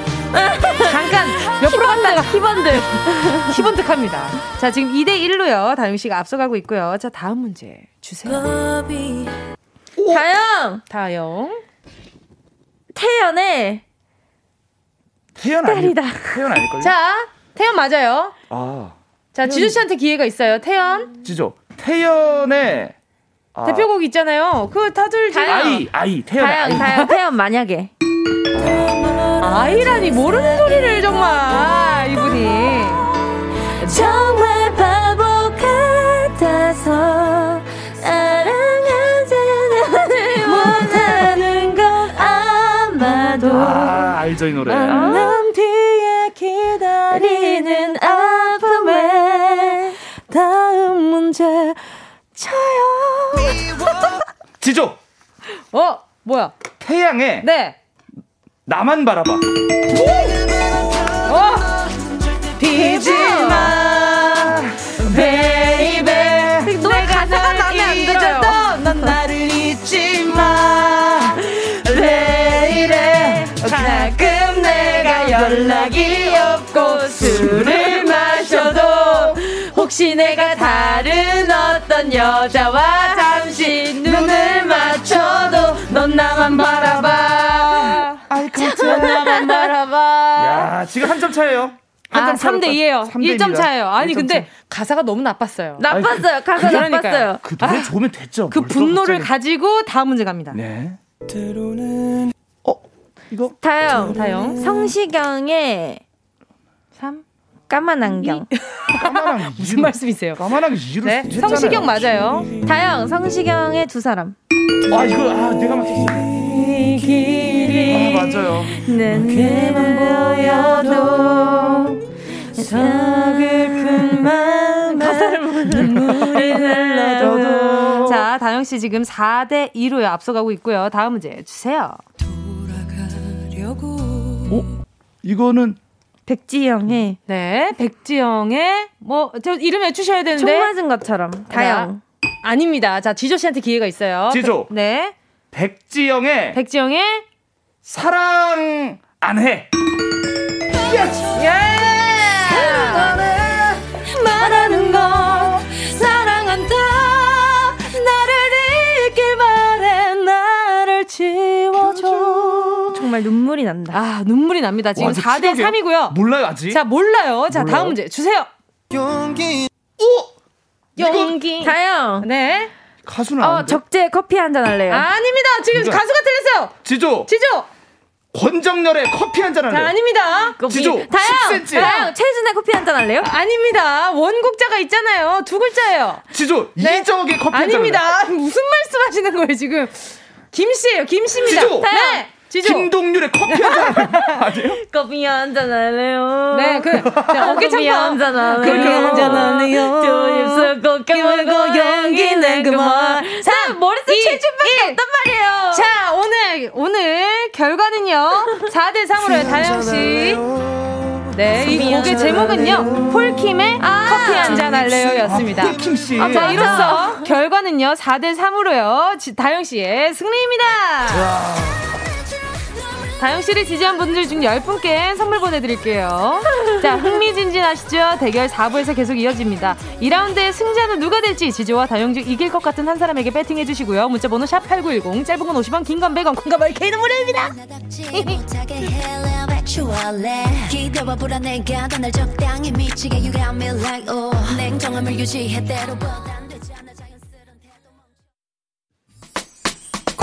Speaker 1: 잠깐 옆으로 갔다가 희번득 희번득합니다. 자, 지금 2대 1로요. 다영 씨가 앞서가고 있고요. 자, 다음 문제 주세요.
Speaker 10: 다영.
Speaker 1: 다영.
Speaker 10: 태연의
Speaker 9: 태연 아니 태연 아닐걸요?
Speaker 1: 자, 태연 맞아요.
Speaker 9: 아
Speaker 1: 자, 지주 씨한테 기회가 있어요. 태연.
Speaker 9: 지조 태연의 아,
Speaker 1: 대표곡 있잖아요. 그 다들 지금
Speaker 9: 아이 아이 태연 아이
Speaker 10: 다영, 다영, 태연 만약에.
Speaker 1: 아이라니 모르는 소리를 정말 이분이.
Speaker 10: 정말 바보 같아서 사랑하지 못하는 건 아마도
Speaker 9: 아 알죠 이 노래.
Speaker 1: 만남 뒤에
Speaker 10: 우리는
Speaker 1: 기다리는
Speaker 10: 아픔에
Speaker 1: 다음 문제 쳐요.
Speaker 9: 지조
Speaker 1: 어, 뭐야?
Speaker 9: 태양의
Speaker 1: 네.
Speaker 9: 나만 바라봐.
Speaker 1: 어! 잊지마 베이베
Speaker 10: 노래 가사가 마음에 안 들어요.
Speaker 1: 넌 나를 잊지마 레일에 가끔 내가 연락이 없고 술을 마셔도 혹시 내가 다른 어떤 여자와 잠시 눈을 맞춰도 넌 나만 바라봐 넌 그렇죠. 나만 바라봐
Speaker 9: 야, 지금 한 점 차예요.
Speaker 1: 아, 3대 2예요. 1점 차예요. 아니 근데 가사가 너무 나빴어요.
Speaker 10: 나빴어요. 가사
Speaker 1: 그러니까요.
Speaker 10: 나빴어요.
Speaker 9: 그 노래 좋으면 됐죠.
Speaker 1: 그
Speaker 9: 뭘 또
Speaker 1: 분노를
Speaker 9: 갑자기.
Speaker 1: 가지고 다음 문제 갑니다.
Speaker 9: 네.
Speaker 10: 음, 다영,
Speaker 1: 다영.
Speaker 10: 성시경의
Speaker 1: 3
Speaker 10: 까만 안경.
Speaker 9: 까만한
Speaker 1: 무슨 말씀이세요?
Speaker 9: 까만한 이유로
Speaker 1: 네. 성시경 맞아요.
Speaker 10: 다영, 성시경의 두 사람.
Speaker 9: 아, 이거 아, 내가 맞췄어. 아, 맞아요.
Speaker 1: 음.
Speaker 10: 눈만 보여도
Speaker 1: 음. 자, 다영 씨 지금 4대 2로요. 앞서가고 있고요. 다음 문제 주세요.
Speaker 9: 이거는
Speaker 10: 백지영의
Speaker 1: 네, 백지영의 뭐 저 이름 외주셔야 되는데
Speaker 10: 총 맞은 것처럼 다영
Speaker 1: 네. 아닙니다. 자, 지조 씨한테 기회가 있어요.
Speaker 9: 지조.
Speaker 1: 백- 네.
Speaker 9: 백지영의
Speaker 1: 백지영의
Speaker 9: 사랑 안 해.
Speaker 1: 말하는 거 사랑한다 나를 잊길 바래 나를 지워줘
Speaker 10: 정말 눈물이 난다.
Speaker 1: 아 눈물이 납니다 지금
Speaker 9: 와, 진짜
Speaker 1: 4대
Speaker 9: 치명적이에요.
Speaker 1: 3이고요
Speaker 9: 몰라요, 아직?
Speaker 1: 자 몰라요 자
Speaker 9: 몰라요?
Speaker 1: 다음 문제 주세요 용기
Speaker 10: 다영
Speaker 1: 네
Speaker 9: 가수는
Speaker 10: 어
Speaker 9: 안 돼.
Speaker 10: 적재 커피 한 잔 할래요.
Speaker 1: 아닙니다 지금
Speaker 9: 진짜.
Speaker 1: 가수가 틀렸어요
Speaker 9: 지조.
Speaker 1: 지조
Speaker 9: 권정열의 커피 한잔
Speaker 1: 자
Speaker 9: 할래.
Speaker 1: 아닙니다
Speaker 9: 지조.
Speaker 10: 다영
Speaker 9: 10cm.
Speaker 10: 다영 최준의 커피 한 잔 할래요?
Speaker 1: 아닙니다 원곡자가 있잖아요 두 글자예요
Speaker 9: 지조. 이정욱의 커피 한잔 할래.
Speaker 1: 네. 아닙니다 무슨 말씀하시는 거예요 지금 김씨예요 김씨입니다
Speaker 9: 지조.
Speaker 1: 네 지조
Speaker 9: 김동률의 커피 한잔 할래. 아니에요?
Speaker 10: 커피 한 잔 할래요.
Speaker 1: 네, 그, 자, 어깨
Speaker 10: 커피
Speaker 1: 창파.
Speaker 10: 한잔 할래요. 어.
Speaker 1: 그렇게 그
Speaker 10: 두 입술 꼭 깨물고 용기 그 내그 말. 자 머릿속
Speaker 1: 이,
Speaker 10: 칠칠밖에
Speaker 1: 일.
Speaker 10: 없단 말이에요.
Speaker 1: 자, 오늘, 오늘 결과는요,
Speaker 9: 음,
Speaker 1: 4대3으로요, 다영씨. 네, 이
Speaker 10: 음,
Speaker 1: 곡의 제목은요, 폴킴의
Speaker 10: 아,
Speaker 1: 커피 한잔 할래요 였습니다. 아,
Speaker 9: 킴 아, 씨.
Speaker 1: 자, 이로써 결과는요, 4대3으로요, 다영씨의 승리입니다. 다영씨를 지지한 분들 중 10분께 선물 보내드릴게요. 자, 흥미진진하시죠? 대결 4부에서 계속 이어집니다. 2라운드의 승자는 누가 될지 지지와 다영 중 이길 것 같은 한 사람에게 배팅해주시고요. 문자번호 샵8910, 짧은 건 50원, 긴 건 100원, 콩과 마이크는 무료입니다.
Speaker 5: 나답지 못하게 헬레 외출할래 기대와 불안해가 넌날 적당히 미치게 You got me like oh 냉정함을 유지해 때로보다 안 되지 않아 자연스런 태도 멈춰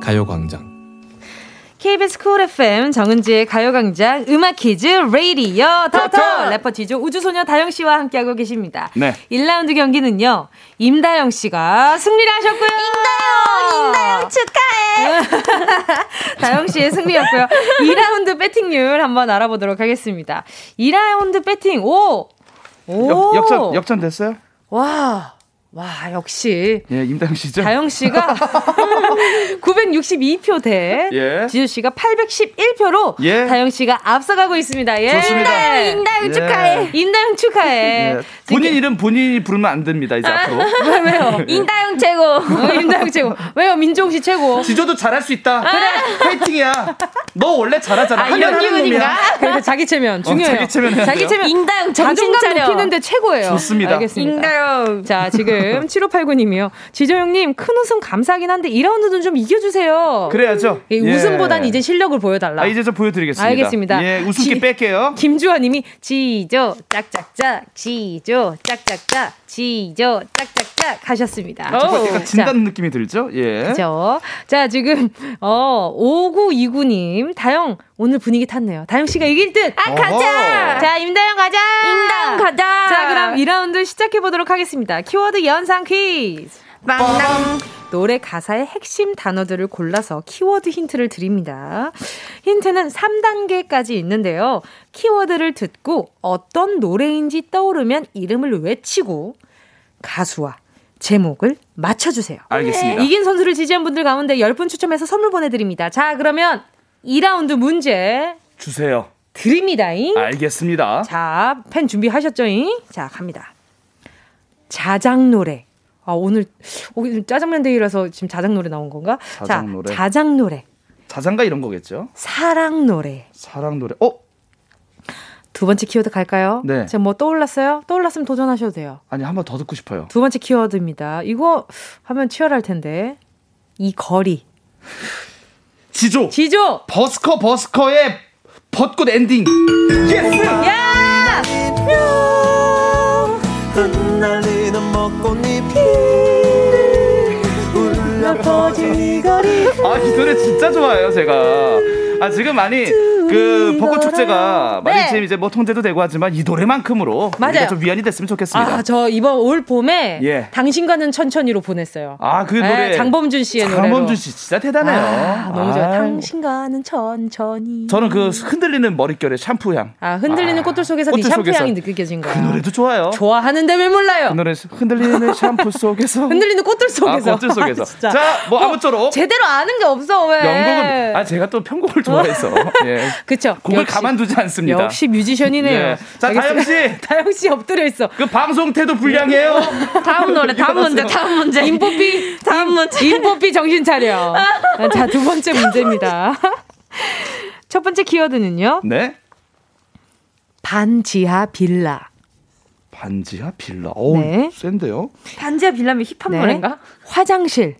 Speaker 11: 가요광장
Speaker 1: KBS 쿨 FM 정은지의 가요광장 음악 퀴즈 레이디어 터터 래퍼 지조 우주소녀 다영씨와 함께하고 계십니다.
Speaker 9: 네.
Speaker 1: 1라운드 경기는요, 임다영씨가 승리를 하셨고요. 임다영!
Speaker 10: 다영 축하해.
Speaker 1: 다영 씨의 승리였고요. 2라운드 배팅률 한번 알아보도록 하겠습니다. 2라운드 배팅 오. 오.
Speaker 9: 역, 역전 역전 됐어요?
Speaker 1: 와. 와, 역시
Speaker 9: 예, 임다영 씨죠?
Speaker 1: 다영 씨가 962표 대
Speaker 9: 예.
Speaker 1: 지주 씨가 811표로
Speaker 9: 예.
Speaker 1: 다영 씨가 앞서가고 있습니다. 예. 네.
Speaker 9: 좋습니다.
Speaker 10: 인다영
Speaker 9: 예.
Speaker 10: 축하해.
Speaker 1: 임다영 축하해.
Speaker 9: 예. 본인 이름 본인이 부르면 안 됩니다. 이제
Speaker 1: 아.
Speaker 9: 앞으로.
Speaker 1: 왜요?
Speaker 10: 인다영 최고.
Speaker 1: 네. 어, 임다영 최고. 왜요? 민종 씨 최고.
Speaker 9: 어? 지조도 잘할 수 있다. 그래. 파이팅이야. 너 원래 잘하잖아.
Speaker 1: 아,
Speaker 9: 하면
Speaker 1: 이런
Speaker 9: 하는 놈이야.
Speaker 1: 기분인가? 그래서 자기 체면 중요해요.
Speaker 9: 어, 자기 체면 해야
Speaker 1: 자기
Speaker 9: 돼요.
Speaker 1: 체면.
Speaker 10: 인다영 정신
Speaker 1: 자존감
Speaker 10: 차려.
Speaker 1: 높이는데 최고예요.
Speaker 9: 좋습니다.
Speaker 1: 알겠습니다.
Speaker 10: 인다영.
Speaker 1: 자, 지금 7589님이요. 지조영님, 큰 웃음 감사하긴 한데 2라운드는 좀 이겨주세요.
Speaker 9: 그래야죠.
Speaker 1: 예,
Speaker 9: 예.
Speaker 1: 웃음보단 이제 실력을 보여달라.
Speaker 9: 아, 이제 좀 보여드리겠습니다.
Speaker 1: 알겠습니다.
Speaker 9: 예, 웃음기
Speaker 1: 지-
Speaker 9: 뺄게요.
Speaker 1: 김주환님이 지조 짝짝짝 지조 짝짝짝 지조 짝짝짝 하셨습니다.
Speaker 9: 조금
Speaker 1: 자,
Speaker 9: 약간 진단 느낌이 들죠? 예.
Speaker 1: 그죠. 자, 지금, 어, 5929님. 다영, 오늘 분위기 탔네요. 다영씨가 이길 듯! 아,
Speaker 10: 가자!
Speaker 1: 자, 임다영 가자! 임다영
Speaker 10: 가자!
Speaker 1: 자, 그럼 2라운드 시작해보도록 하겠습니다. 키워드 연상 퀴즈! 빵빵! 노래 가사의 핵심 단어들을 골라서 키워드 힌트를 드립니다. 힌트는 3단계까지 있는데요. 키워드를 듣고 어떤 노래인지 떠오르면 이름을 외치고 가수와 제목을 맞춰주세요.
Speaker 9: 알겠습니다.
Speaker 1: 이긴 선수를 지지한 분들 가운데 10분 추첨해서 선물 보내드립니다. 자, 그러면 2라운드 문제
Speaker 9: 주세요.
Speaker 1: 드립니다잉.
Speaker 9: 알겠습니다.
Speaker 1: 자, 펜 준비하셨죠잉? 자, 갑니다. 자장 노래. 아, 오늘, 오늘 짜장면 데이라서 지금 자장 노래 나온 건가?
Speaker 9: 자장
Speaker 1: 자,
Speaker 9: 노래.
Speaker 1: 자장 노래.
Speaker 9: 자장가 이런 거겠죠?
Speaker 1: 사랑 노래.
Speaker 9: 사랑 노래. 어?
Speaker 1: 두 번째 키워드 갈까요?
Speaker 9: 네.
Speaker 1: 제가 뭐 떠올랐어요? 떠올랐으면 도전하셔도 돼요.
Speaker 9: 아니 한 번 더 듣고 싶어요.
Speaker 1: 두 번째 키워드입니다. 이거 하면 치열할 텐데. 이 거리.
Speaker 9: 지조.
Speaker 1: 지조.
Speaker 9: 버스커 버스커의 벚꽃 엔딩. 예스.
Speaker 1: 야!
Speaker 12: 흩날리는 먹꽃잎이 울려 퍼진 이 거리
Speaker 9: 아, 이 노래 진짜 좋아해요, 제가. 아, 지금 많이 그 벚꽃 축제가 많이
Speaker 1: 네.
Speaker 9: 지금 이제 뭐 통제도 되고 하지만 이 노래만큼으로
Speaker 1: 맞아요.
Speaker 9: 우리가 좀 위안이 됐으면 좋겠습니다.
Speaker 1: 아, 저 이번 올 봄에
Speaker 9: 예.
Speaker 1: 당신과는 천천히로 보냈어요.
Speaker 9: 아, 그
Speaker 1: 네,
Speaker 9: 노래.
Speaker 1: 장범준 씨의 노래로.
Speaker 9: 장범준 씨 진짜 대단해요.
Speaker 1: 아, 너무 좋아요.
Speaker 9: 아이고.
Speaker 1: 당신과는 천천히.
Speaker 9: 저는 그 흔들리는 머릿결의 샴푸 향.
Speaker 1: 아, 흔들리는 꽃들 속에서 네
Speaker 9: 꽃들
Speaker 1: 샴푸
Speaker 9: 속에서.
Speaker 1: 향이 느껴진 거야.
Speaker 9: 그 노래도 좋아요.
Speaker 1: 좋아하는데 왜 몰라요?
Speaker 9: 그 노래 흔들리는 샴푸 속에서.
Speaker 1: 흔들리는 꽃들 속에서.
Speaker 9: 아, 꽃들 속에서.
Speaker 1: 아, 진짜.
Speaker 9: 자, 뭐 아무쪼록
Speaker 1: 제대로 아는 게 없어 왜?
Speaker 9: 영곡은 아 제가 또 편곡을 좋아해서 예.
Speaker 1: 그쵸.
Speaker 9: 곡을
Speaker 1: 역시.
Speaker 9: 가만두지 않습니다.
Speaker 1: 역시 뮤지션이네요.
Speaker 9: 예. 자 다영 씨
Speaker 1: 다영 씨 엎드려 있어.
Speaker 9: 그 방송 태도 불량해요.
Speaker 1: 다음 노래, 다음 문제, 다음 문제. 인뽀삐, 다음 문제. 인뽀삐 정신 차려. 자, 두 번째 문제입니다. 첫 번째 키워드는요.
Speaker 9: 네.
Speaker 1: 반지하 빌라.
Speaker 9: 반지하 빌라. 어우,
Speaker 1: 네.
Speaker 9: 센데요?
Speaker 1: 반지하 빌라면 힙합
Speaker 10: 노래인가?
Speaker 1: 네. 화장실.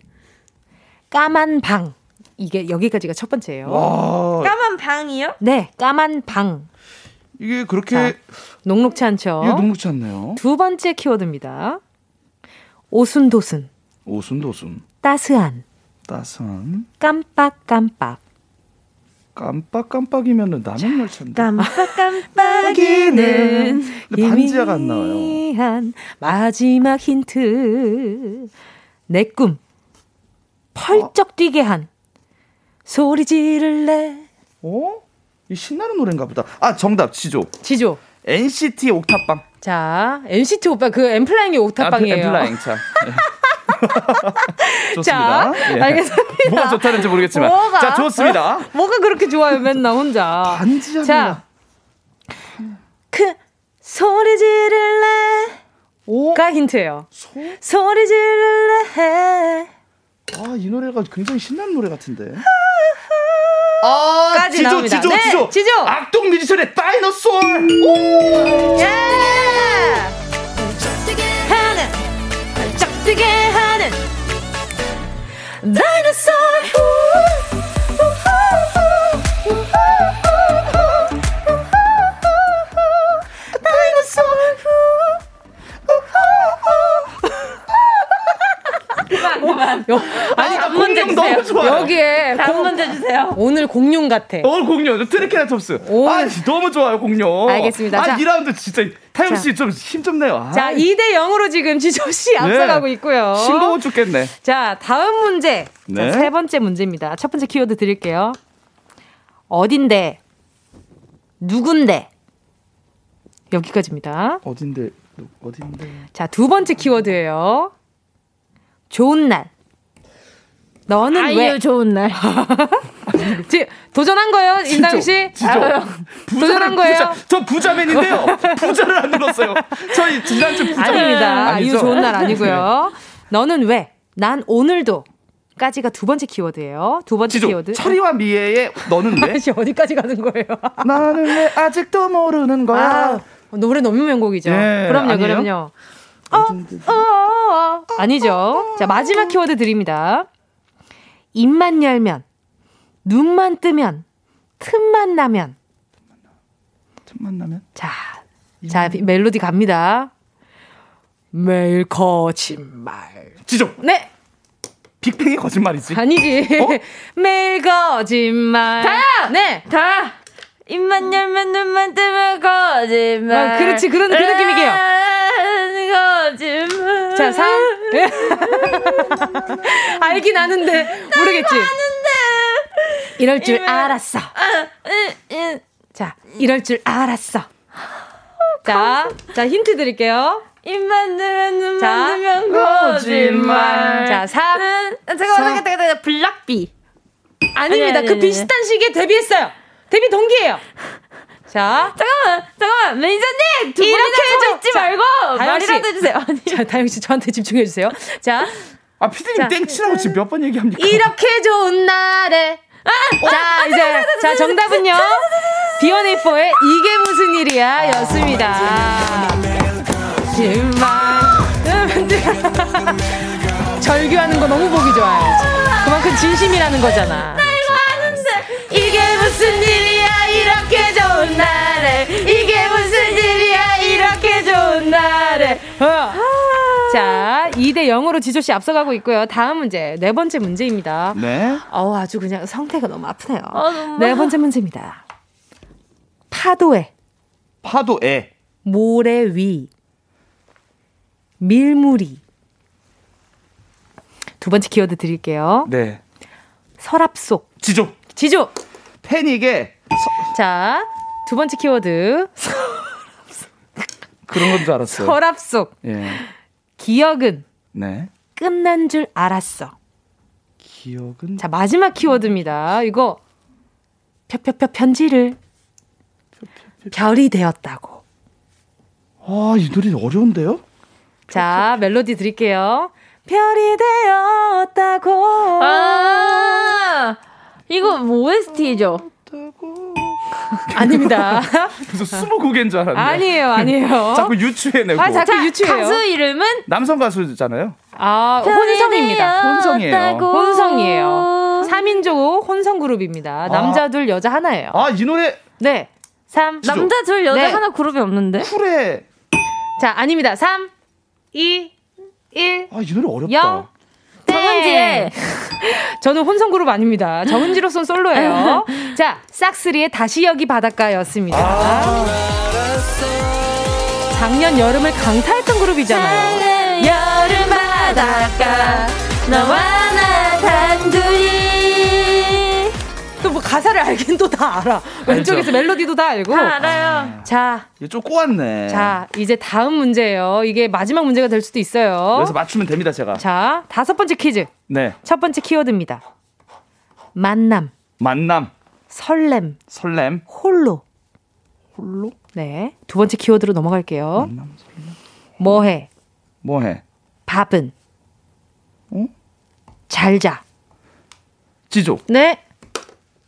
Speaker 1: 까만 방. 이게 여기까지가 첫 번째예요.
Speaker 9: 와.
Speaker 10: 까만 방이요?
Speaker 1: 네, 까만 방.
Speaker 9: 이게 그렇게
Speaker 1: 녹록치 않죠?
Speaker 9: 이거 녹록치 않네요.
Speaker 1: 두 번째 키워드입니다. 오순도순,
Speaker 9: 오순도순,
Speaker 1: 따스한,
Speaker 9: 따스한,
Speaker 1: 깜빡깜빡.
Speaker 9: 깜빡깜빡이면은 남은 열차인데.
Speaker 1: 깜빡깜빡이는
Speaker 9: 근데 반지하가 안 나와요.
Speaker 1: 미한 마지막 힌트. 내 꿈 펄쩍 뛰게 한 소리 지를래.
Speaker 9: 어? 이 신나는 노래인가 보다. 아, 정답 지조.
Speaker 1: 지조.
Speaker 9: NCT 옥탑방.
Speaker 1: 자, NCT 오빠 그 엠플라잉의 옥탑방이에요.
Speaker 9: 아, 그 엠플라잉 참.
Speaker 1: 자,
Speaker 9: 예. 좋습니다. 예.
Speaker 1: 알겠습니다.
Speaker 9: 뭐가 좋다는지 모르겠지만.
Speaker 1: 뭐가?
Speaker 9: 자, 좋습니다.
Speaker 1: 뭐가 그렇게 좋아요, 맨날 혼자.
Speaker 9: 반지하
Speaker 1: 자, 그 소리 지를래. 가 힌트예요. 소? 리 지를래.
Speaker 9: 아, 이 노래가 굉장히 신나는 노래 같은데.
Speaker 1: 까지
Speaker 9: 아, 지조,
Speaker 1: 나옵니다.
Speaker 9: 지조,
Speaker 1: 네,
Speaker 9: 지조. 아,
Speaker 1: 지조.
Speaker 9: 악동 뮤지션의 다이너솔. 오!
Speaker 1: 쩍뜨게 예! 하는 쩍뜨게 하는 다이너솔 여, 아니
Speaker 9: 아, 공룡 너무 좋아요.
Speaker 1: 여기에 공-
Speaker 10: 문제 주세요.
Speaker 1: 오늘 공룡 같아.
Speaker 9: 어 공룡 트리케라톱스 아 너무 좋아요 공룡
Speaker 1: 알겠습니다. 자.
Speaker 9: 아 2라운드 진짜 타영
Speaker 1: 자.
Speaker 9: 씨좀 힘 좀 내요 아,
Speaker 1: 자, 2대 0으로 지금 지조 씨 앞서가고
Speaker 9: 네.
Speaker 1: 있고요.
Speaker 9: 싱거워 죽겠네
Speaker 1: 자, 다음 문제.
Speaker 9: 네.
Speaker 1: 자, 세 번째 문제입니다. 첫 번째 키워드 드릴게요. 어딘데? 누군데? 여기까지입니다.
Speaker 9: 어딘데 누- 어딘데
Speaker 1: 자, 두 번째 키워드예요. 좋은 날. 너는 왜?
Speaker 10: 좋은 날.
Speaker 1: 지- 도전한 거예요, 임당 씨?
Speaker 9: 진짜
Speaker 1: 도전한 거예요?
Speaker 9: 저 부자맨인데요 부자를 안 눌렀어요 저희 지난주 부자
Speaker 1: 아닙니다.
Speaker 9: 아니죠? 네.
Speaker 1: 이유 좋은 날 아니고요. 너는 왜? 난 오늘도. 까지가 두 번째 키워드예요. 두 번째
Speaker 9: 지조
Speaker 1: 키워드.
Speaker 9: 철이와 미애의 너는 왜
Speaker 1: 아저씨, 어디까지 가는 거예요?
Speaker 9: 나는 왜 아직도 모르는
Speaker 1: 아,
Speaker 9: 거야
Speaker 1: 노래 너무 명곡이죠.
Speaker 9: 예,
Speaker 1: 그럼요,
Speaker 9: 아니에요?
Speaker 1: 그럼요. 어, 어, 어, 어. 아니죠. 자, 마지막 키워드 드립니다. 입만 열면, 눈만 뜨면, 틈만 나면.
Speaker 9: 첫 만나면 음.
Speaker 1: 자, 자, 멜로디 갑니다. 매일 거짓말.
Speaker 9: 지조.
Speaker 1: 네.
Speaker 9: 빅뱅이 거짓말이지. 어?
Speaker 1: 아니지. 매일 거짓말.
Speaker 10: 다!
Speaker 1: 네.
Speaker 10: 다! 입만 열면 눈만 뜨면 거짓말.
Speaker 1: 아, 그렇지. 그런- 그 느낌이게요.
Speaker 10: 거짓말.
Speaker 1: 자, 3. 알긴 아는데 모르겠지. 이럴 줄 알았어.
Speaker 10: 아,
Speaker 1: 자, 이럴 줄 알았어. 자, 자 힌트 드릴게요.
Speaker 10: 입만 뜨면 눈만
Speaker 1: 자,
Speaker 10: 뜨면 거짓말.
Speaker 1: 자, 4.
Speaker 10: 아, 잠깐만, 잠깐만, 잠깐만. 블락비.
Speaker 1: 아닙니다.
Speaker 10: 아니, 아니,
Speaker 1: 그
Speaker 10: 아니.
Speaker 1: 비슷한 시기에 데뷔했어요. 데뷔 동기예요. 자,
Speaker 10: 잠깐만, 잠깐만. 매니저님! 두 번이나 서 있지 말고! 말이라도 해주세요.
Speaker 1: 자, 다영 씨 저한테 집중해 주세요. 자,
Speaker 9: 아 피디님 땡치라고 지금 몇 번 얘기합니까?
Speaker 1: 이렇게 좋은 날에
Speaker 10: 아!
Speaker 1: 자 이제 자 정답은요 B1A4의 이게 무슨
Speaker 10: 아,
Speaker 1: 일이야 였습니다 정말 절규하는 거 너무 보기 좋아요 그만큼 진심이라는 거잖아
Speaker 10: 이게 무슨 일이야, 이렇게 좋은 날에. 이게 무슨 일이야, 이렇게 좋은 날에. 아,
Speaker 1: 어. 자 2대 0으로 지조씨 앞서가고 있고요 다음 문제 네 번째 문제입니다
Speaker 9: 네.
Speaker 1: 어우 아주 그냥 성태가 너무 아프네요
Speaker 10: 너무
Speaker 1: 네 번째 문제입니다 파도에
Speaker 9: 파도에
Speaker 1: 모래 위 밀물이 두 번째 키워드 드릴게요.
Speaker 9: 네.
Speaker 1: 서랍 속
Speaker 9: 지조.
Speaker 1: 지조.
Speaker 9: 패닉에
Speaker 1: 자, 두 번째 키워드
Speaker 9: 그런 건 줄 알았어요.
Speaker 1: 서랍 속
Speaker 9: 예.
Speaker 1: 기억은
Speaker 9: 네.
Speaker 1: 끝난 줄 알았어.
Speaker 9: 기억은
Speaker 1: 자, 마지막 키워드입니다. 이거 펴펴펴 편지를 별이 되었다고.
Speaker 9: 아, 이 노래 어려운데요?
Speaker 1: 자, 멜로디 드릴게요. 별이 되었다고.
Speaker 10: 아, 이거 뭐 OST죠?
Speaker 1: 아닙니다.
Speaker 9: 무슨 스무고개인 줄 알았네.
Speaker 1: 아니에요, 아니에요.
Speaker 9: 자꾸 유추해내고.
Speaker 1: 아, 자꾸 유추해요.
Speaker 10: 가수 이름은?
Speaker 9: 남성 가수잖아요.
Speaker 1: 아, 혼성입니다.
Speaker 9: 혼성이에요.
Speaker 1: 혼성이에요. 3인조 혼성 그룹입니다. 남자 둘, 여자 하나예요.
Speaker 9: 아, 이 노래
Speaker 1: 네. 3.
Speaker 10: 남자 둘 여자
Speaker 1: 네.
Speaker 10: 하나 그룹이 없는데?
Speaker 9: 쿨해.
Speaker 1: 자, 아닙니다. 3, 2, 1.
Speaker 9: 아, 이 노래 어렵다.
Speaker 1: 영.
Speaker 10: 정은지의
Speaker 1: 저는 혼성 그룹 아닙니다. 정은지로선 솔로예요. 자, 싹스리의 다시 여기
Speaker 10: 아.
Speaker 1: 바닷가였습니다. 작년 여름을 강타했던 그룹이잖아요.
Speaker 10: 네. 여름 바닷가 너와 나 단둘이
Speaker 1: 또 뭐 가사를 알긴 또 다 알아. 왼쪽에서 멜로디도 다 알고.
Speaker 10: 다 알아요.
Speaker 1: 자,
Speaker 9: 얘좀 꼬았네.
Speaker 1: 자, 이제 다음 문제예요. 이게 마지막 문제가 될 수도 있어요.
Speaker 9: 그래서 맞추면 됩니다, 제가.
Speaker 1: 자, 다섯 번째 퀴즈.
Speaker 9: 네.
Speaker 1: 첫 번째 키워드입니다. 만남,
Speaker 9: 만남,
Speaker 1: 설렘,
Speaker 9: 설렘.
Speaker 1: 홀로.
Speaker 9: 홀로?
Speaker 1: 네. 두 번째 키워드로 넘어갈게요. 뭐해?
Speaker 9: 뭐 해?
Speaker 1: 밥은?
Speaker 9: 어?
Speaker 1: 잘 자.
Speaker 9: 지조.
Speaker 1: 네.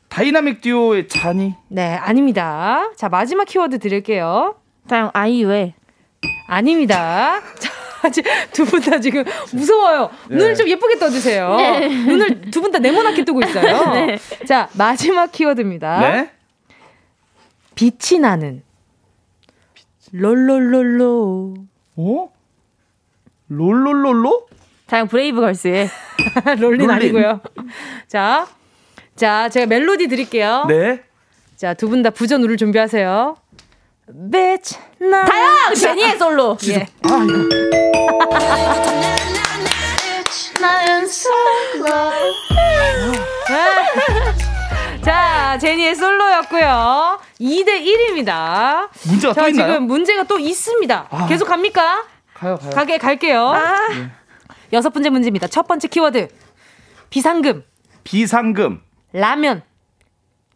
Speaker 9: 다이나믹 듀오의 잔이
Speaker 1: 네, 아닙니다. 자, 마지막 키워드 드릴게요.
Speaker 10: 다음 아이유의
Speaker 1: 아닙니다. 두 분 다 지금 무서워요.
Speaker 9: 네.
Speaker 1: 눈을 좀 예쁘게 떠주세요. 눈을 두 분 다 네모나게 뜨고 있어요. 자, 마지막 키워드입니다.
Speaker 9: 네?
Speaker 1: 빛이 나는 롤롤롤로
Speaker 9: 어? 롤롤롤로?
Speaker 10: 다음 브레이브걸스의
Speaker 1: 롤린
Speaker 9: 롤린.
Speaker 1: 아니고요. 자, 자 제가 멜로디 드릴게요.
Speaker 9: 네.
Speaker 1: 자 두 분 다 부전 우를 준비하세요. Bitch, 나
Speaker 10: 다영 제니의 솔로
Speaker 1: 예.
Speaker 9: 아,
Speaker 1: 아. 자 제니의 솔로였고요. 2대 1입니다.
Speaker 9: 문제가 또
Speaker 1: 자
Speaker 9: 있나요?
Speaker 1: 지금 문제가 또 있습니다.
Speaker 9: 아.
Speaker 1: 계속 갑니까?
Speaker 9: 가요, 가요.
Speaker 1: 가게 갈게요. 여섯 번째 문제입니다. 첫 번째 키워드 비상금
Speaker 9: 비상금.
Speaker 1: 라면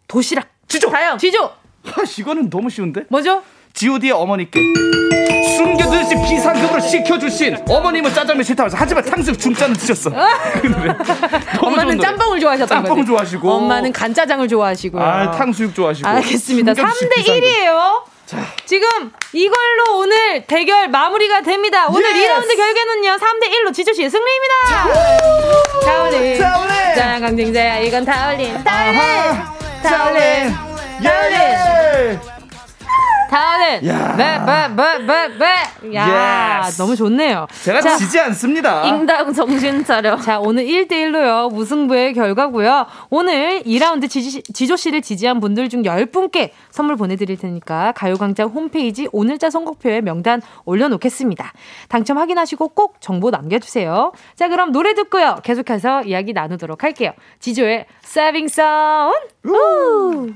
Speaker 1: 도시락
Speaker 9: 지조.
Speaker 10: 다영
Speaker 1: 뒤죠
Speaker 9: 아, 이거는 너무 쉬운데?
Speaker 1: 뭐죠?
Speaker 9: G.O.D의 의 어머니께 숨겨두신 비상금으로 시켜주신 어머님은 짜장면 싫다고 해서 하지만 탕수육 중짜는 드셨어. 그 노래. 너무 좋은
Speaker 1: 아. 엄마는
Speaker 9: 노래.
Speaker 1: 짬뽕을 좋아하셨던
Speaker 9: 짬뽕
Speaker 1: 거죠?
Speaker 9: 좋아하시고.
Speaker 1: 엄마는 간짜장을 좋아하시고요.
Speaker 9: 아, 탕수육 좋아하시고.
Speaker 1: 알겠습니다.
Speaker 9: 숨겨두신
Speaker 1: 3대
Speaker 9: 비상금.
Speaker 1: 1이에요. 지금 이걸로 오늘 대결 마무리가 됩니다. 오늘
Speaker 9: 예스!
Speaker 1: 2라운드 결과는요. 3대 1로 지조 씨의 승리입니다. 자올린.
Speaker 9: 자올린.
Speaker 1: 자랑 경쟁자야. 이건 다올린. 다올린.
Speaker 9: 예!
Speaker 1: 달은 베베베베베 야
Speaker 9: Yes.
Speaker 1: 너무 좋네요.
Speaker 9: 제가 지지 않습니다.
Speaker 1: 응답 정신 차려. 자 오늘 1대1로요 무승부의 결과고요. 오늘 2라운드 지지, 지조 씨를 지지한 분들 중 10분께 선물 보내드릴 테니까 가요광장 홈페이지 오늘자 선곡표에 명단 올려놓겠습니다. 당첨 확인하시고 꼭 정보 남겨주세요. 자 그럼 노래 듣고요. 계속해서 이야기 나누도록 할게요. 지조의 세빙 사운 우!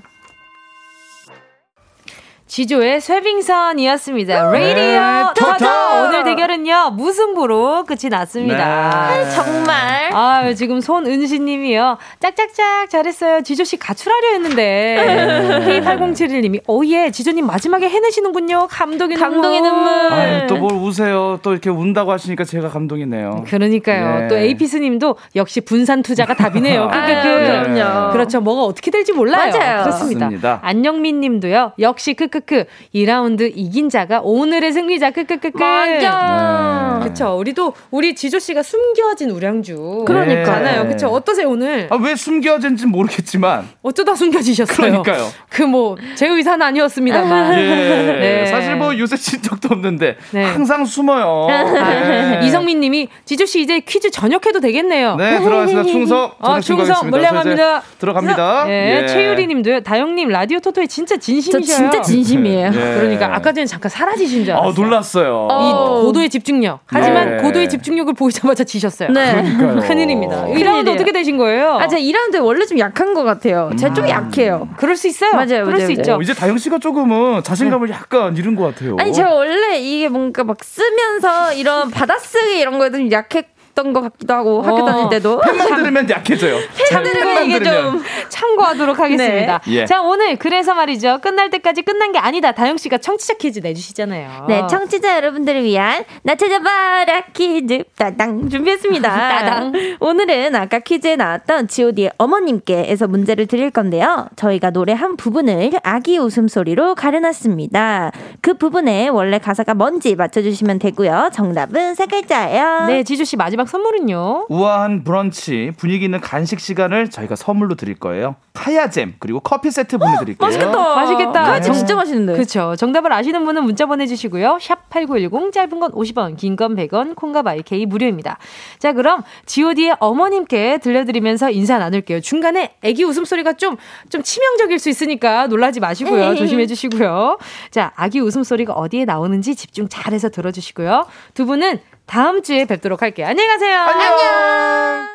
Speaker 1: 지조의 쇠빙선이었습니다.
Speaker 7: 네,
Speaker 1: 레이디오
Speaker 7: 토토!
Speaker 1: 토토 오늘 대결은요 무승부로 끝이 났습니다.
Speaker 7: 네. 아이, 정말.
Speaker 1: 아유 지금 손은시님이요 짝짝짝 잘했어요. 지조 씨 가출하려 했는데
Speaker 7: 네.
Speaker 1: K8071님이 "어, 오예 지조님 마지막에 해내시는군요. 감동의 눈물.
Speaker 7: 감동의
Speaker 9: 아유, 또뭘 뭐. 우세요. 또 이렇게 운다고 하시니까 제가 감동이네요.
Speaker 1: 그러니까요.
Speaker 9: 예.
Speaker 1: 또 에이피스님도 역시 분산 투자가 답이네요. 그, 그, 그.
Speaker 9: 아유, 그럼요.
Speaker 1: 그렇죠. 뭐가 어떻게 될지 몰라요.
Speaker 9: 맞아요.
Speaker 1: 그렇습니다.
Speaker 9: 맞습니다.
Speaker 1: 안영민님도요. 역시 크크크. 2라운드 이긴 자가 오늘의 승리자 크크크크.
Speaker 9: 맞아. 네.
Speaker 1: 그렇죠. 우리도 우리 지조 씨가 숨겨진 우량주.
Speaker 9: 그러니까요.
Speaker 1: 가나요.
Speaker 9: 네.
Speaker 1: 그렇죠. 어떠세요 오늘?
Speaker 9: 아, 왜 숨겨진지 모르겠지만.
Speaker 1: 어쩌다 숨겨지셨어요?
Speaker 9: 그러니까요.
Speaker 1: 그 뭐 제 의사는 아니었습니다만.
Speaker 9: 예.
Speaker 1: 네.
Speaker 9: 사실 뭐 요새 친척도 없는데
Speaker 1: 네. 아,
Speaker 9: 항상 숨어요. 네.
Speaker 1: 이성민 님이 지조 씨 이제 퀴즈 전역해도 되겠네요.
Speaker 9: 네, 들어가겠습니다. 충성,
Speaker 1: 아,
Speaker 9: 전역
Speaker 1: 충성
Speaker 9: 신고하겠습니다.
Speaker 1: 물량합니다.
Speaker 9: 자, 이제 들어갑니다.
Speaker 1: 네,
Speaker 9: 예.
Speaker 1: 최유리 님도요. 다영 님 라디오 토토에 진짜 진심이셔요.
Speaker 9: 저 진짜 진심이에요. 예.
Speaker 1: 그러니까 아까 전에 잠깐 사라지신 줄 알았어요.
Speaker 9: 아, 놀랐어요.
Speaker 1: 이 고도의 집중력. 하지만
Speaker 9: 네.
Speaker 1: 고도의 집중력을 보이자마자 지셨어요.
Speaker 10: 네.
Speaker 9: 그러니까요.
Speaker 1: 큰일입니다. 이라운드
Speaker 10: 큰일이에요.
Speaker 1: 어떻게 되신 거예요?
Speaker 10: 아, 제가 2라운드 원래 좀 약한 것 같아요. 제가 좀 약해요.
Speaker 1: 그럴 수 있어요.
Speaker 10: 맞아요. 맞아요. 맞아요.
Speaker 1: 그렇죠.
Speaker 9: 어, 이제 다영 씨가 조금은 자신감을
Speaker 1: 네.
Speaker 9: 약간 잃은 것 같아요.
Speaker 10: 아니 제가 원래 이게 뭔가 막 쓰면서 이런 받아쓰기 이런 거에 좀 약했던 것 같기도 하고 학교 다닐 때도
Speaker 9: 팬만 들으면 약해져요.
Speaker 1: 팬들은 이게 좀 참고하도록 하겠습니다.
Speaker 10: 네. 예.
Speaker 1: 자, 오늘 그래서 말이죠. 끝날 때까지 끝난 게 아니다. 다영 씨가 청취자 퀴즈 내주시잖아요.
Speaker 10: 네, 청취자 여러분들을 위한 나 찾아봐라 퀴즈 따당 준비했습니다.
Speaker 1: 따당.
Speaker 10: 오늘은 아까 퀴즈에 나왔던 god의 어머님께에서 문제를 드릴 건데요. 저희가 노래 한 부분을 아기 웃음소리로 가려놨습니다. 그 부분에 원래 가사가 뭔지 맞춰주시면 되고요. 정답은 세 글자예요.
Speaker 1: 네, 지주 씨 마지막 선물은요?
Speaker 9: 우아한 브런치 분위기 있는 간식 시간을 저희가 선물로 드릴 거예요. 카야잼 그리고 커피 세트
Speaker 1: 어,
Speaker 9: 보내드릴게요.
Speaker 1: 맛있겠다.
Speaker 10: 아,
Speaker 9: 네.
Speaker 1: 맛있는데. 그렇죠. 정답을 아시는 분은 문자 보내주시고요. 샵 #8910 짧은 건 50원, 긴 건 100원, 콩과 마이케이 무료입니다. 자, 그럼 G.O.D의 의 어머님께 들려드리면서 인사 나눌게요. 중간에 애기 웃음소리가 좀 좀 치명적일 수 있으니까 놀라지 마시고요.
Speaker 7: 에이.
Speaker 1: 조심해주시고요. 자, 아기 웃음소리가 어디에 나오는지 집중 잘해서 들어주시고요. 두 분은 다음 주에 뵙도록 할게요. 안녕히 가세요.
Speaker 9: 안녕.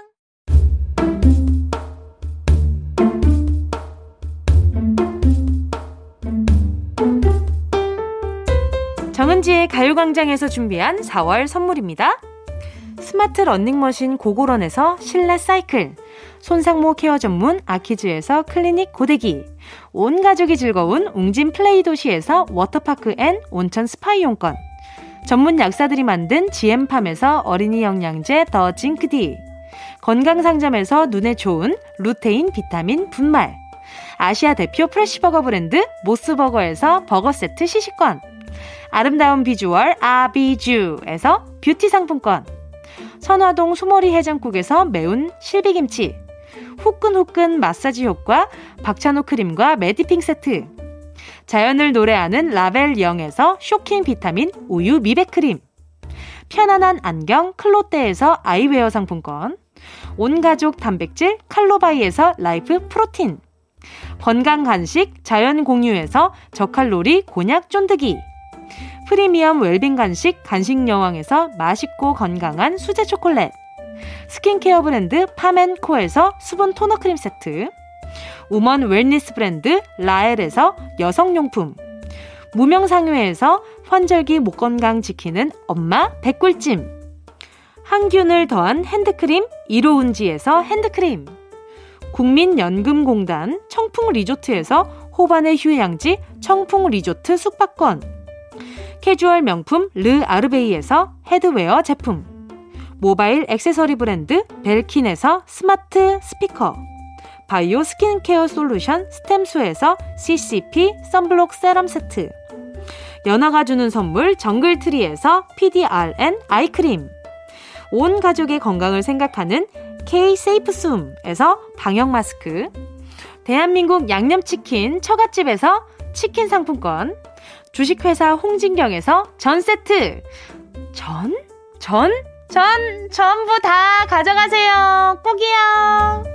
Speaker 1: 정은지의 가요광장에서 준비한 4월 선물입니다. 스마트 러닝머신 고고런에서 실내 사이클, 손상모 케어 전문 아키즈에서 클리닉 고데기, 온 가족이 즐거운 웅진 플레이 도시에서 워터파크 앤 온천 스파이용권, 전문 약사들이 만든 GM팜에서 어린이 영양제 더 징크디, 건강상점에서 눈에 좋은 루테인 비타민 분말, 아시아 대표 프레시버거 브랜드 모스버거에서 버거 세트 시식권, 아름다운 비주얼 아비주에서 뷰티 상품권 선화동 소머리 해장국에서 매운 실비김치 후끈후끈 마사지 효과 박찬호 크림과 매디핑 세트 자연을 노래하는 라벨 영에서 쇼킹 비타민 우유 미백 크림 편안한 안경 클로떼에서 아이웨어 상품권 온가족 단백질 칼로바이에서 라이프 프로틴 건강 간식 자연 공유에서 저칼로리 곤약 쫀득이 프리미엄 웰빙 간식 간식 여왕에서 맛있고 건강한 수제 초콜릿 스킨케어 브랜드 파멘코에서 수분 토너 크림 세트 우먼 웰니스 브랜드 라엘에서 여성용품 무명상회에서 환절기 목 건강 지키는 엄마 백꿀찜 항균을 더한 핸드크림 이로운지에서 핸드크림 국민연금공단 청풍 리조트에서 호반의 휴양지 청풍 리조트 숙박권 캐주얼 명품 르 아르베이에서 헤드웨어 제품 모바일 액세서리 브랜드 벨킨에서 스마트 스피커 바이오 스킨케어 솔루션 스템수에서 CCP 썬블록 세럼 세트 연아가 주는 선물 정글트리에서 PDRN 아이크림 온 가족의 건강을 생각하는 K 세이프숨에서 방역 마스크 대한민국 양념치킨 처갓집에서 치킨 상품권, 주식회사 홍진경에서 전 세트, 전? 전? 전! 전부 다 가져가세요! 꼭이요!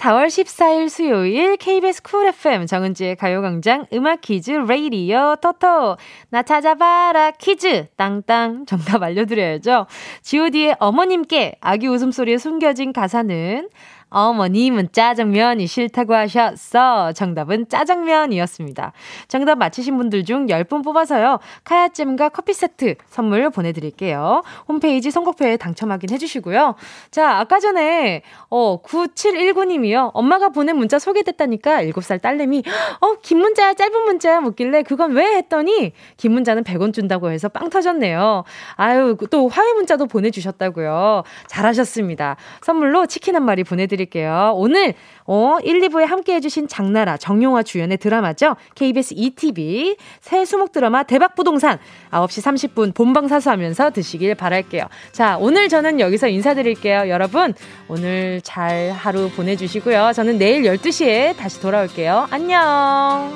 Speaker 1: 4월 14일 수요일 KBS 쿨 FM 정은지의 가요광장 음악 퀴즈 레이디어 토토 나 찾아봐라 퀴즈 땅땅 정답 알려드려야죠. god의 어머님께 아기 웃음소리에 숨겨진 가사는 어머님은 짜장면이 싫다고 하셨어. 정답은 짜장면이었습니다. 정답 맞히신 분들 중 10분 뽑아서요. 카야잼과 커피 세트 선물 보내드릴게요. 홈페이지 선곡표에 당첨 확인 해주시고요. 자, 아까 전에, 어, 9719님이요. 엄마가 보낸 문자 소개됐다니까 7살 딸내미, 어, 긴 문자, 짧은 문자 묻길래 그건 왜? 했더니, 긴 문자는 100원 준다고 해서 빵 터졌네요. 아유, 또 화해 문자도 보내주셨다고요. 잘하셨습니다. 선물로 치킨 한 마리 보내드릴게요. 드릴게요. 오늘 어, 1, 2부에 함께 해주신 장나라, 정용화 주연의 드라마죠. KBS ETV 새 수목 드라마 대박 부동산 9시 30분 본방 사수하면서 드시길 바랄게요. 자, 오늘 저는 여기서 인사드릴게요. 여러분, 오늘 잘 하루 보내주시고요. 저는 내일 12시에 다시 돌아올게요. 안녕!